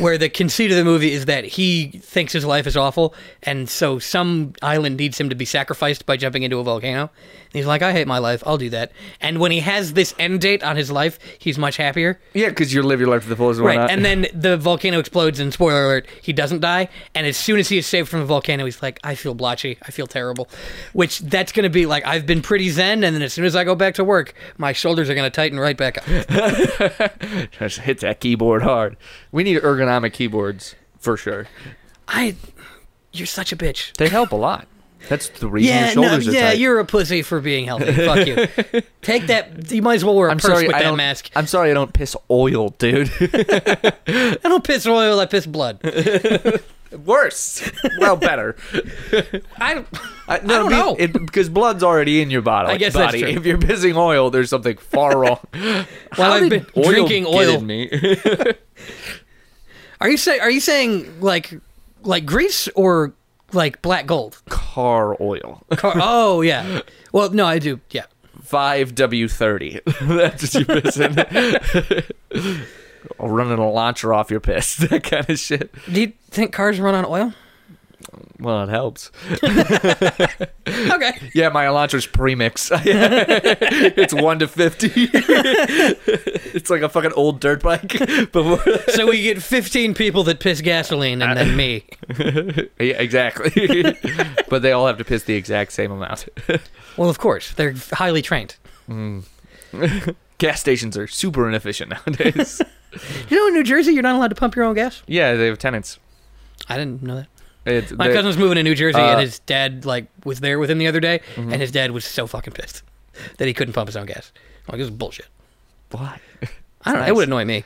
B: where the conceit of the movie is that he thinks his life is awful, and so some island needs him to be sacrificed by jumping into a volcano. And he's like, I hate my life. I'll do that. And when he has this end date on his life, he's much happier.
A: yeah, because you live your life to the fullest. why
B: Right,
A: not?
B: and then the volcano explodes, and spoiler alert, he doesn't die. And as soon as he is saved from the volcano, he's like, "I feel blotchy, I feel terrible," which that's going to be like, "I've been pretty zen," and then as soon as I go back to work, my shoulders are going to tighten right back up.
A: Just hit that keyboard hard. We need ergonomic keyboards for sure.
B: I, you're such a bitch.
A: They help a lot. That's the reason
B: Yeah,
A: your
B: no,
A: shoulders are
B: yeah,
A: tight.
B: you're a pussy for being healthy. Fuck you. Take that. You might as well wear a
A: I'm
B: purse
A: sorry,
B: with
A: I
B: that
A: don't.
B: mask.
A: I'm sorry, I don't piss oil, dude.
B: I don't piss oil. I piss blood.
A: Worse. Well, better.
B: I don't.
A: I,
B: I don't
A: be-
B: know.
A: it- because blood's already in your body.
B: I guess that's
A: body.
B: true.
A: If you're pissing oil, there's something far wrong.
B: Well,
A: How
B: I've
A: did
B: been drinking
A: get
B: oil.
A: in me.
B: Are you say? Are you saying like, like grease or like black gold?
A: Car oil.
B: Car- oh yeah. Well, no, I do. Yeah.
A: five W thirty. That's what you're pissing. or running a launcher off your piss, that kind of shit.
B: Do you think cars run on oil?
A: Well, it helps.
B: Okay.
A: Yeah, my launcher's premix. it's one to fifty. it's like a fucking old dirt bike. Before,
B: so we get 15 people that piss gasoline and then me.
A: yeah, exactly. but they all have to piss the exact same amount.
B: Well, of course, they're highly trained.
A: Gas stations are super inefficient nowadays.
B: You know, in New Jersey, you're not allowed to pump your own gas.
A: yeah, they have tenants.
B: I didn't know that.
A: It's,
B: My
A: they-
B: cousin's moving to New Jersey,
A: uh,
B: and his dad like was there with him the other day, and his dad was so fucking pissed that he couldn't pump his own gas. I'm like, this is bullshit.
A: Why?
B: I don't know. It
A: nice.
B: would annoy me.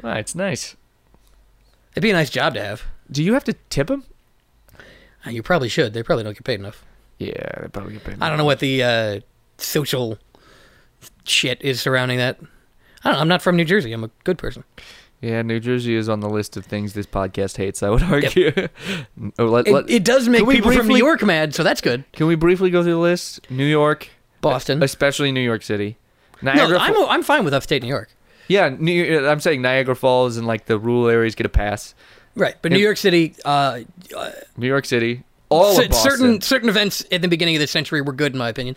A: Why, Ah, It's nice.
B: It'd be a nice job to have.
A: Do you have to tip them?
B: Uh, You probably should. They probably don't get paid enough.
A: Yeah, they probably get paid.
B: I don't know what the uh, social shit is surrounding that. I don't know. I'm not from New Jersey. I'm a good person.
A: Yeah, New Jersey is on the list of things this podcast hates. I would argue. Oh, let-
B: It,
A: let-
B: it does make
A: Can we
B: people from New
A: briefly-
B: York mad, so that's good.
A: Can we briefly go through the list? New York,
B: Boston.
A: especially New York City. Niagara.
B: Mm-hmm. no, I'm,
A: Fa-
B: I'm fine with upstate New York.
A: yeah, New, I'm saying Niagara Falls and like the rural areas get a pass.
B: Right, but
A: Yep.
B: New York City, uh,
A: New York City, all
B: cer-
A: of Boston.
B: certain certain events at the beginning of the century were good in my opinion.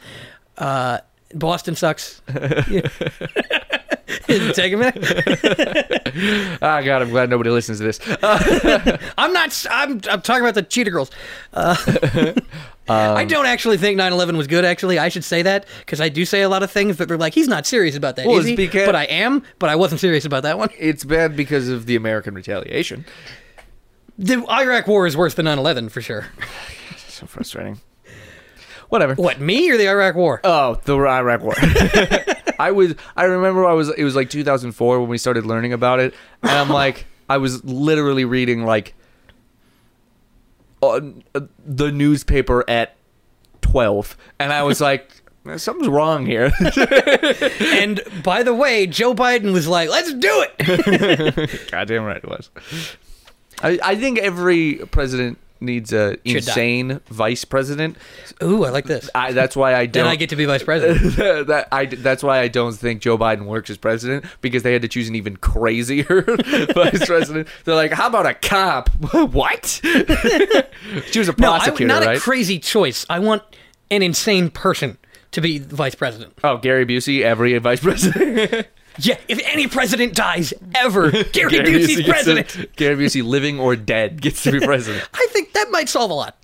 B: Uh, Boston sucks. Yeah. Take a minute.
A: Ah, God, I'm glad nobody listens to this.
B: I'm not. s- I'm. I'm talking about the cheetah girls. Uh, I don't actually think 9/11 was good. Actually, I should say that because I do say a lot of things that they're like, he's not serious about that,
A: Well,
B: is
A: it's
B: he?
A: because-
B: But I am. But I wasn't serious about that one.
A: It's bad because of the American retaliation.
B: The Iraq War is worse than 9/11 for sure.
A: So frustrating. Whatever.
B: What me or the Iraq War?
A: Oh, the Iraq War. I was. I remember. I was. It was like 2004 when we started learning about it, and I'm like, I was literally reading like uh, the newspaper at 12, and I was like, something's wrong here.
B: and by the way, Joe Biden was like, let's do it.
A: Goddamn right it was. I, I think every president needs a
B: Should die.
A: insane vice president.
B: Ooh, I like this.
A: I, that's why I don't.
B: Then I get to be vice president.
A: that I, that's why I don't think Joe Biden works as president because they had to choose an even crazier vice president. They're like, how about a cop? what? choose a
B: No, I,
A: prosecutor,
B: not
A: right?
B: a crazy choice. I want an insane person. to be the vice president.
A: Oh, Gary Busey, every vice president.
B: Yeah, if any president dies ever, Gary, Busey's
A: gets to-
B: president.
A: Gary Busey, living or dead, gets to be president.
B: I think that might solve a lot.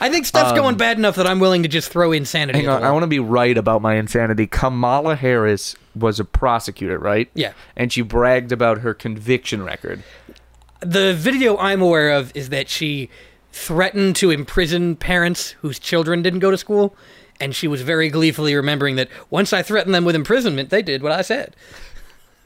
B: I think stuff's going bad enough that I'm willing to just throw insanity.
A: Um, Hang
B: at the
A: on, I
B: wall.
A: want to be right about my insanity. Kamala Harris was a prosecutor, right?
B: Yeah.
A: And she bragged about her conviction record.
B: the video I'm aware of is that she threatened to imprison parents whose children didn't go to school, and she was very gleefully remembering that once I threatened them with imprisonment, they did what I said.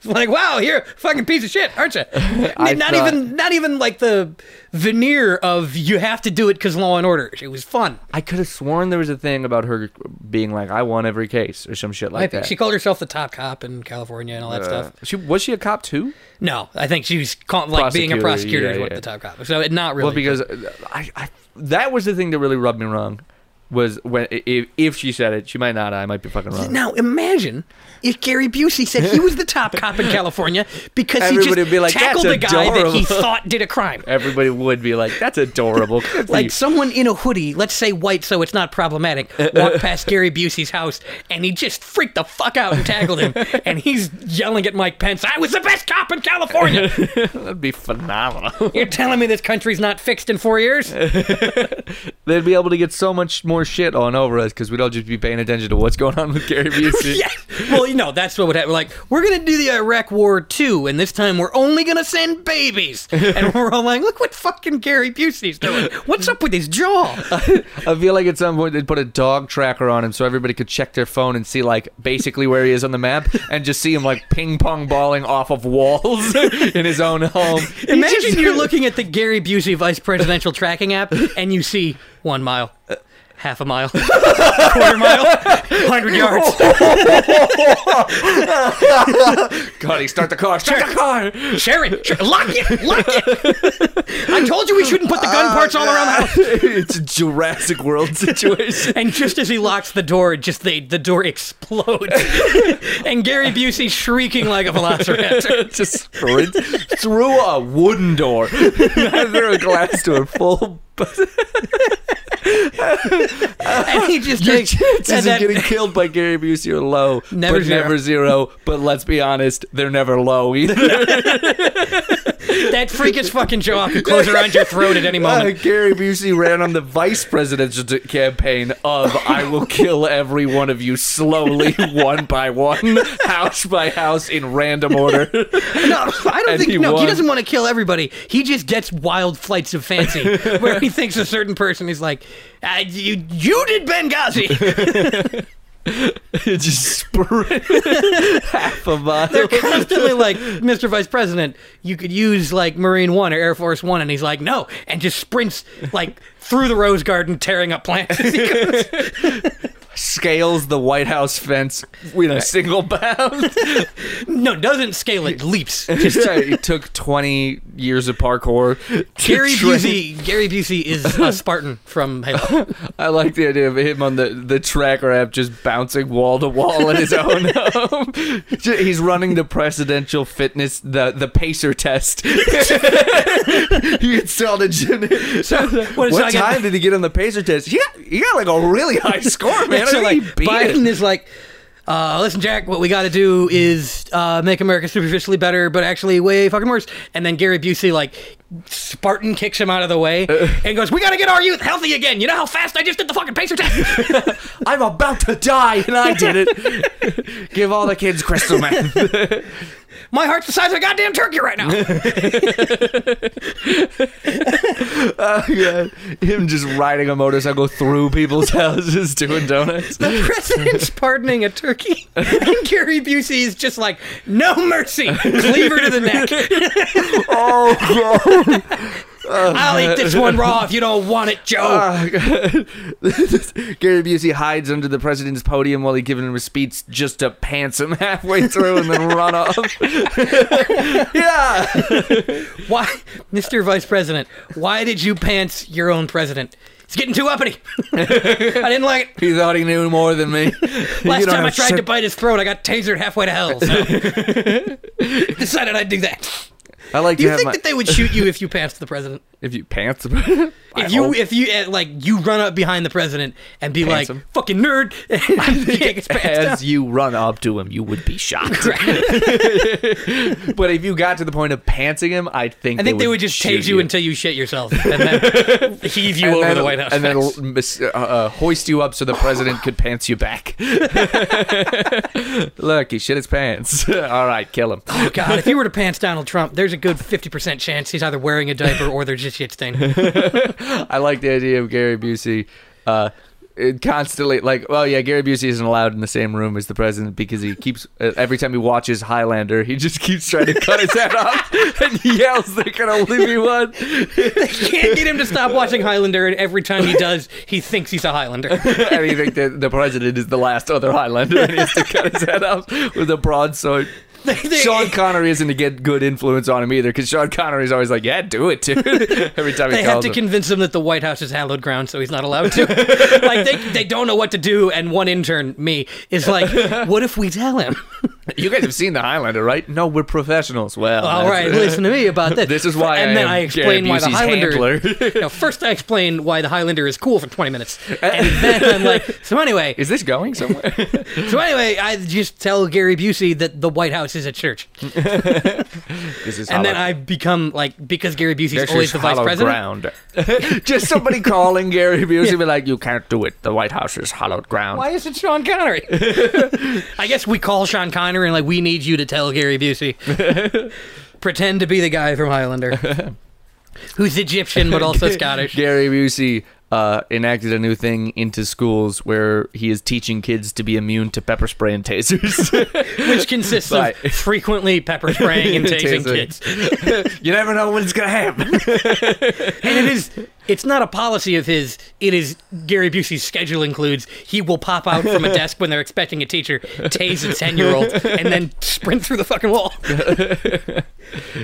B: It's Like, wow, you're a fucking piece of shit, aren't you?
A: I
B: not
A: thought-
B: even, not even like the veneer of you have to do it because law and order. It was fun.
A: I could have sworn there was a thing about her being like, "I won every case" or some shit
B: I
A: like
B: think
A: that.
B: she called herself the top cop in California and all that
A: Uh,
B: stuff.
A: she was she a cop too?
B: No, I think she was called, like being a
A: Prosecutor,
B: prosecutor
A: yeah,
B: is what
A: yeah.
B: the top cop. was. So it not really.
A: Well, because uh, I, I that was the thing that really rubbed me wrong was when if, if she said it, she might not. I might be fucking wrong.
B: Now imagine if Gary Busey said he was the top cop in California because he
A: Everybody
B: just
A: would be like,
B: tackled
A: "That's
B: the guy that he
A: adorable."
B: thought did a crime.
A: Everybody would be like, "That's adorable." Good for you.
B: Like someone in a hoodie, let's say white, so it's not problematic, walked past Gary Busey's house and he just freaked the fuck out and tackled him. and he's yelling at Mike Pence, I was the best cop in California.
A: that'd be phenomenal.
B: You're telling me this country's not fixed in four years?
A: They'd be able to get so much more shit on over us because we'd all just be paying attention to what's going on with Gary Busey.
B: yeah. Well, you know, that's what would happen. Like, we're going to do the Iraq War too, and this time we're only going to send babies. And we're all like, look what fucking Gary Busey's doing. What's up with his jaw?
A: I feel like at some point they'd put a dog tracker on him so everybody could check their phone and see like basically where he is on the map and just see him like ping pong balling off of walls in his own home. He
B: Imagine
A: just-
B: you're looking at the Gary Busey vice presidential tracking app, and you see one mile. Half a mile, quarter mile, hundred yards.
A: Cody, start the car, start the car.
B: Sharon, Sharon, lock it, lock it. I told you we shouldn't put the gun parts all around the house.
A: it's a Jurassic World situation.
B: And just as he locks the door, just the the door explodes, and Gary Busey shrieking like a velociraptor.
A: just sprint through a wooden door, not through a glass door, full.
B: And he just
A: Your
B: takes
A: chances
B: and
A: of
B: that-
A: getting killed by Gary Busey are low,
B: Never
A: but
B: zero.
A: never zero. But let's be honest, they're never low either.
B: that freakish fucking jaw could close around your throat at any
A: Uh,
B: moment.
A: Gary Busey ran on the vice presidential d- campaign of "I will kill every one of you slowly, one by one, house by house, in random order."
B: No, I don't
A: and
B: think
A: he
B: no.
A: won.
B: He doesn't want to kill everybody. He just gets wild flights of fancy where he thinks a certain person is like, "Ah, "You you did Benghazi."
A: It just sprint half a mile.
B: They're constantly like, "Mr. Vice President, you could use like Marine One or Air Force One," and he's like, "No," and just sprints like through the rose garden, tearing up plants.
A: Scales the White House fence with a single bound.
B: No, doesn't scale it. Leaps.
A: Just, it took twenty years of parkour. to
B: Gary
A: train.
B: Busey. Gary Busey is a Spartan from Halo.
A: I like the idea of him on the, the tracker app just bouncing wall to wall in his own home. Ju- He's running the presidential fitness, the, the pacer test. he installed a gym.
B: what
A: what
B: is it, I got-
A: time did he get on the pacer test? He got, he got like a really high score, man.
B: so
A: I
B: like
A: think he beat
B: Biden is like, uh, listen, Jack. What we got to do is uh, make America superficially better, but actually way fucking worse. And then Gary Busey like Spartan kicks him out of the way and goes, "We got to get our youth healthy again." You know how fast I just did the fucking pacer test.
A: it. I'm about to die, and I did it. Give all the kids crystal meth.
B: My heart's the size of a goddamn turkey right now.
A: Oh, God. Him just riding a motorcycle through people's houses doing donuts.
B: the president's pardoning a turkey, and Gary Busey is just like, "No mercy, cleaver to the neck."
A: Oh, God.
B: I'll eat this one raw if you don't want it, Joe.
A: Ah, God. Gary Busey hides under the president's podium while he's giving him a speech just to pants him halfway through and then run off. yeah.
B: why, Mr. Vice President? Why did you pants your own president? It's getting too uppity. I didn't like
A: He thought he knew more than me.
B: it. Last time I tried to bite his throat, I got tasered halfway to hell. So. Decided I'd do that.
A: I like
B: Do you
A: to have
B: think
A: my.
B: that they would shoot you if you pantsed the president?
A: if you pants him.
C: I
B: If you
C: hope.
B: if you uh, like you run up behind the president and be
A: Pants
B: like
A: him.
B: fucking nerd, and kick his pants down.
A: As you run up to him, you would be shocked. but if you got to the point of pantsing him, I think
B: I think they would just
A: shoot
B: tase you until you shit yourself and then heave you
A: And
B: over
A: then-
B: the White House.
A: and then
B: steps.
A: l- mis- uh, uh, hoist you up so the president could pants you back. Look, he shit his pants. All right, kill him.
B: oh god, if you were to pants Donald Trump, there's a good fifty percent chance he's either wearing a diaper or there's just shit stain.
A: I like the idea of Gary Busey. Uh, it constantly like well yeah gary busey isn't allowed in the same room as the president because he keeps uh, every time he watches highlander he just keeps trying to cut his head off and yells they're gonna leave me one
B: Can't get him to stop watching Highlander, and every time he does, he thinks he's a Highlander.
A: and you think that the president is the last other highlander and he has to cut his head off with a broadsword Sean Connery isn't to get good influence on him either because Sean Connery's always like, yeah, do it, dude. Every time he
B: They have
A: calls
B: to
A: him.
B: convince him that the White House is hallowed ground, so he's not allowed to. like they, they don't know what to do, and one intern, me, is like, "What if we tell him?
A: you guys have seen The Highlander, right? No, we're professionals. Well,
B: All
A: that's-
B: right, listen to me about this.
A: This is why
B: And
A: I
B: then
A: am
B: I explain
A: Gary
B: why the
A: Busey's
B: Highlander.
A: handler.
B: no, first I explain why the Highlander is cool for twenty minutes, and then I'm like, so anyway,
A: Is this going somewhere?
B: so anyway, I just tell Gary Busey that the White House is a church,
A: this is
B: and then I become like because Gary Busey's always the vice
A: hollow
B: president.
A: ground. Just somebody calling Gary Busey, be like, you can't do it. The White House is hollowed ground.
B: Why is it Sean Connery? I guess we call Sean Connery and like we need you to tell Gary Busey. Pretend to be the guy from Highlander. Who's Egyptian but also Scottish.
A: Gary Busey uh, enacted a new thing into schools where he is teaching kids to be immune to pepper spray and tasers.
B: Which consists of
A: Right.
B: frequently pepper spraying and tasing
A: Tasing.
B: kids.
A: you never know when it's going to happen.
B: And it is it's not a policy of his, it is Gary Busey's schedule includes he will pop out from a desk when they're expecting a teacher, tase a ten year old, and then sprint through the fucking wall.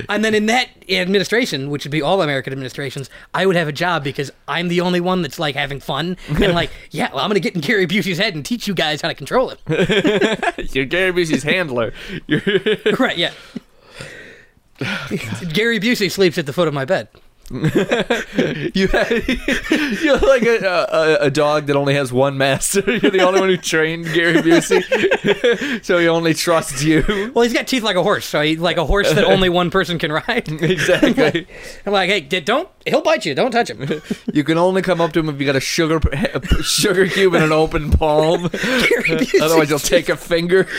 B: and then in that administration, which would be all American administrations, I would have a job because I'm the only one that's like having fun and like, yeah, well I'm gonna get in Gary Busey's head and teach you guys how to control him.
A: You're Gary Busey's handler. You're
B: right, yeah. Gary Busey sleeps at the foot of my bed.
A: you you're like a, a a dog that only has one master. You're the only one who trained Gary Busey, so he only trusts you.
B: Well, he's got teeth like a horse, so he, like a horse that only one person can ride.
A: Exactly.
B: I'm like, hey, d- don't. He'll bite you. Don't touch him.
A: You can only come up to him if you got a sugar p- a sugar cube and an open palm. Otherwise, you'll take a finger.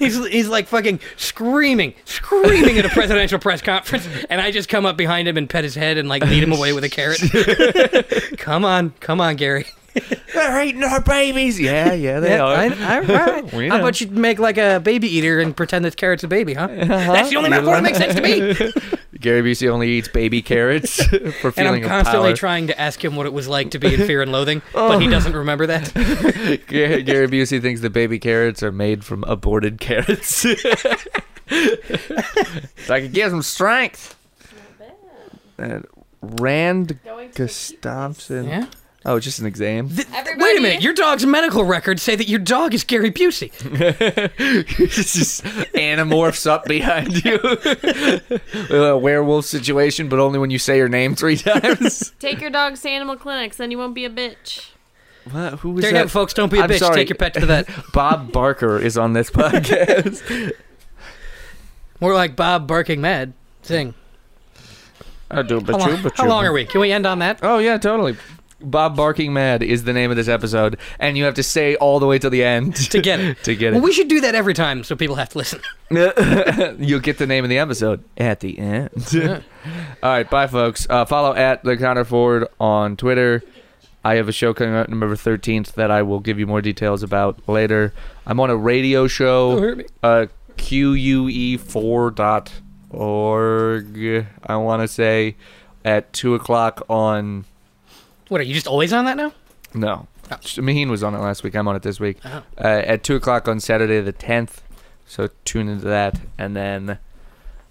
B: he's he's like fucking screaming, screaming at a presidential press conference, and I just come up behind him and pet his head and like lead him away with a carrot. come on, come on, Gary.
A: They're eating our babies. Yeah, yeah, they
B: Yeah,
A: are.
B: I, I, all right.
A: We
B: How
A: know.
B: about you make like a baby eater and pretend this carrot's a baby, huh?
A: Uh-huh.
B: That's the only metaphor that makes sense to me.
A: Gary Busey only eats baby carrots for
B: And
A: feeling
B: I'm constantly
A: of power. Oh.
B: trying to ask him what it was like to be in fear and loathing, but he doesn't remember that.
A: Gary, Gary Busey thinks the baby carrots are made from aborted carrots. it's like it gives them strength.
D: Not bad.
A: Uh, Rand
D: Going to the
A: Gustafson.
B: Yeah.
A: Oh, just an exam.
D: Everybody,
B: Wait a minute, your dog's medical records say that your dog is Gary Busey.
A: it's just animorphs up behind you. A werewolf situation, but only when you say your name three times.
D: take your dogs to animal clinics, then you won't be a bitch.
A: what? Who was
B: There you
A: that?
B: go, folks. Don't be a
A: I'm
B: bitch.
A: sorry.
B: Take your pet to the vet.
A: Bob Barker is on this podcast.
B: More like Bob barking mad. Sing.
C: I do, but
B: How long,
C: you, but
B: how long are we? Can we end on that?
A: oh yeah, totally. Bob Barking Mad is the name of this episode, and you have to say all the way to the end
B: To get it.
A: to get
B: Well,
A: it.
B: we should do that every time so people have to listen.
A: You'll get the name of the episode at the end. All right, bye, folks. Uh, follow at the Connor Ford on Twitter. I have a show coming out November thirteenth that I will give you more details about later. I'm on a radio
B: Don't
A: show,
B: hurt me.
A: uh, E QUE4.org. I want to say at two o'clock on.
B: What are you just always on that now?
A: No, Shaheen was on it last week. I'm on it this week.
B: Oh.
A: Uh, at two o'clock on Saturday the tenth. So tune into that, and then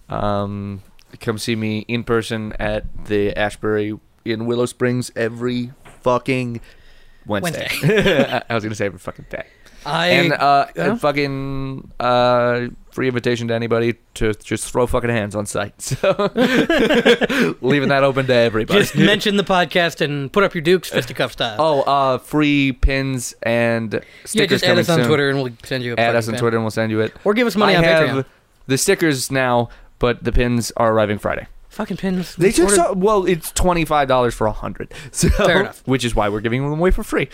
A: um, come see me in person at the Ashbury in Willow Springs every fucking Wednesday. I was gonna say every fucking day.
B: I
A: and uh,
B: yeah?
A: fucking uh, free invitation to anybody to just throw fucking hands on site. So leaving that open to everybody.
B: Just mention the podcast and put up your dukes fisticuff style.
A: oh, uh, free pins and stickers
B: yeah, just add
A: coming
B: us on
A: soon.
B: Twitter and we'll send you a
A: Add
B: fucking
A: us on
B: pin.
A: Twitter and we'll send you it.
B: Or give us money
A: I
B: on
A: have
B: Patreon.
A: the stickers now, but the pins are arriving Friday.
B: Fucking pins.
A: They just
B: Order-
A: saw, well, it's twenty five dollars for a hundred. So,
B: Fair enough.
A: Which is why we're giving them away for free.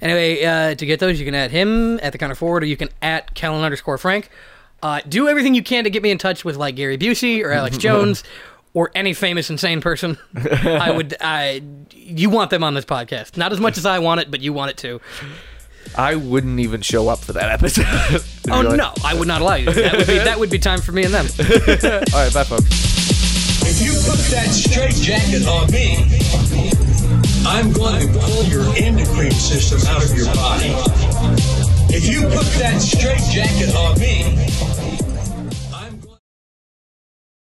B: Anyway, uh, to get those, you can at him at the counter forward, or you can at Kellen underscore Frank. Uh, do everything you can to get me in touch with like Gary Busey or Alex Jones or any famous insane person. I would. I you want them on this podcast, not as much as I want it, but you want it too.
A: I wouldn't even show up for that episode.
B: Oh no, I would not allow you. That would be that would be time for me and them.
A: All right, bye, folks.
E: If you put that straight jacket on me, I'm going to pull your endocrine system out of your body. If you put that straight jacket on me,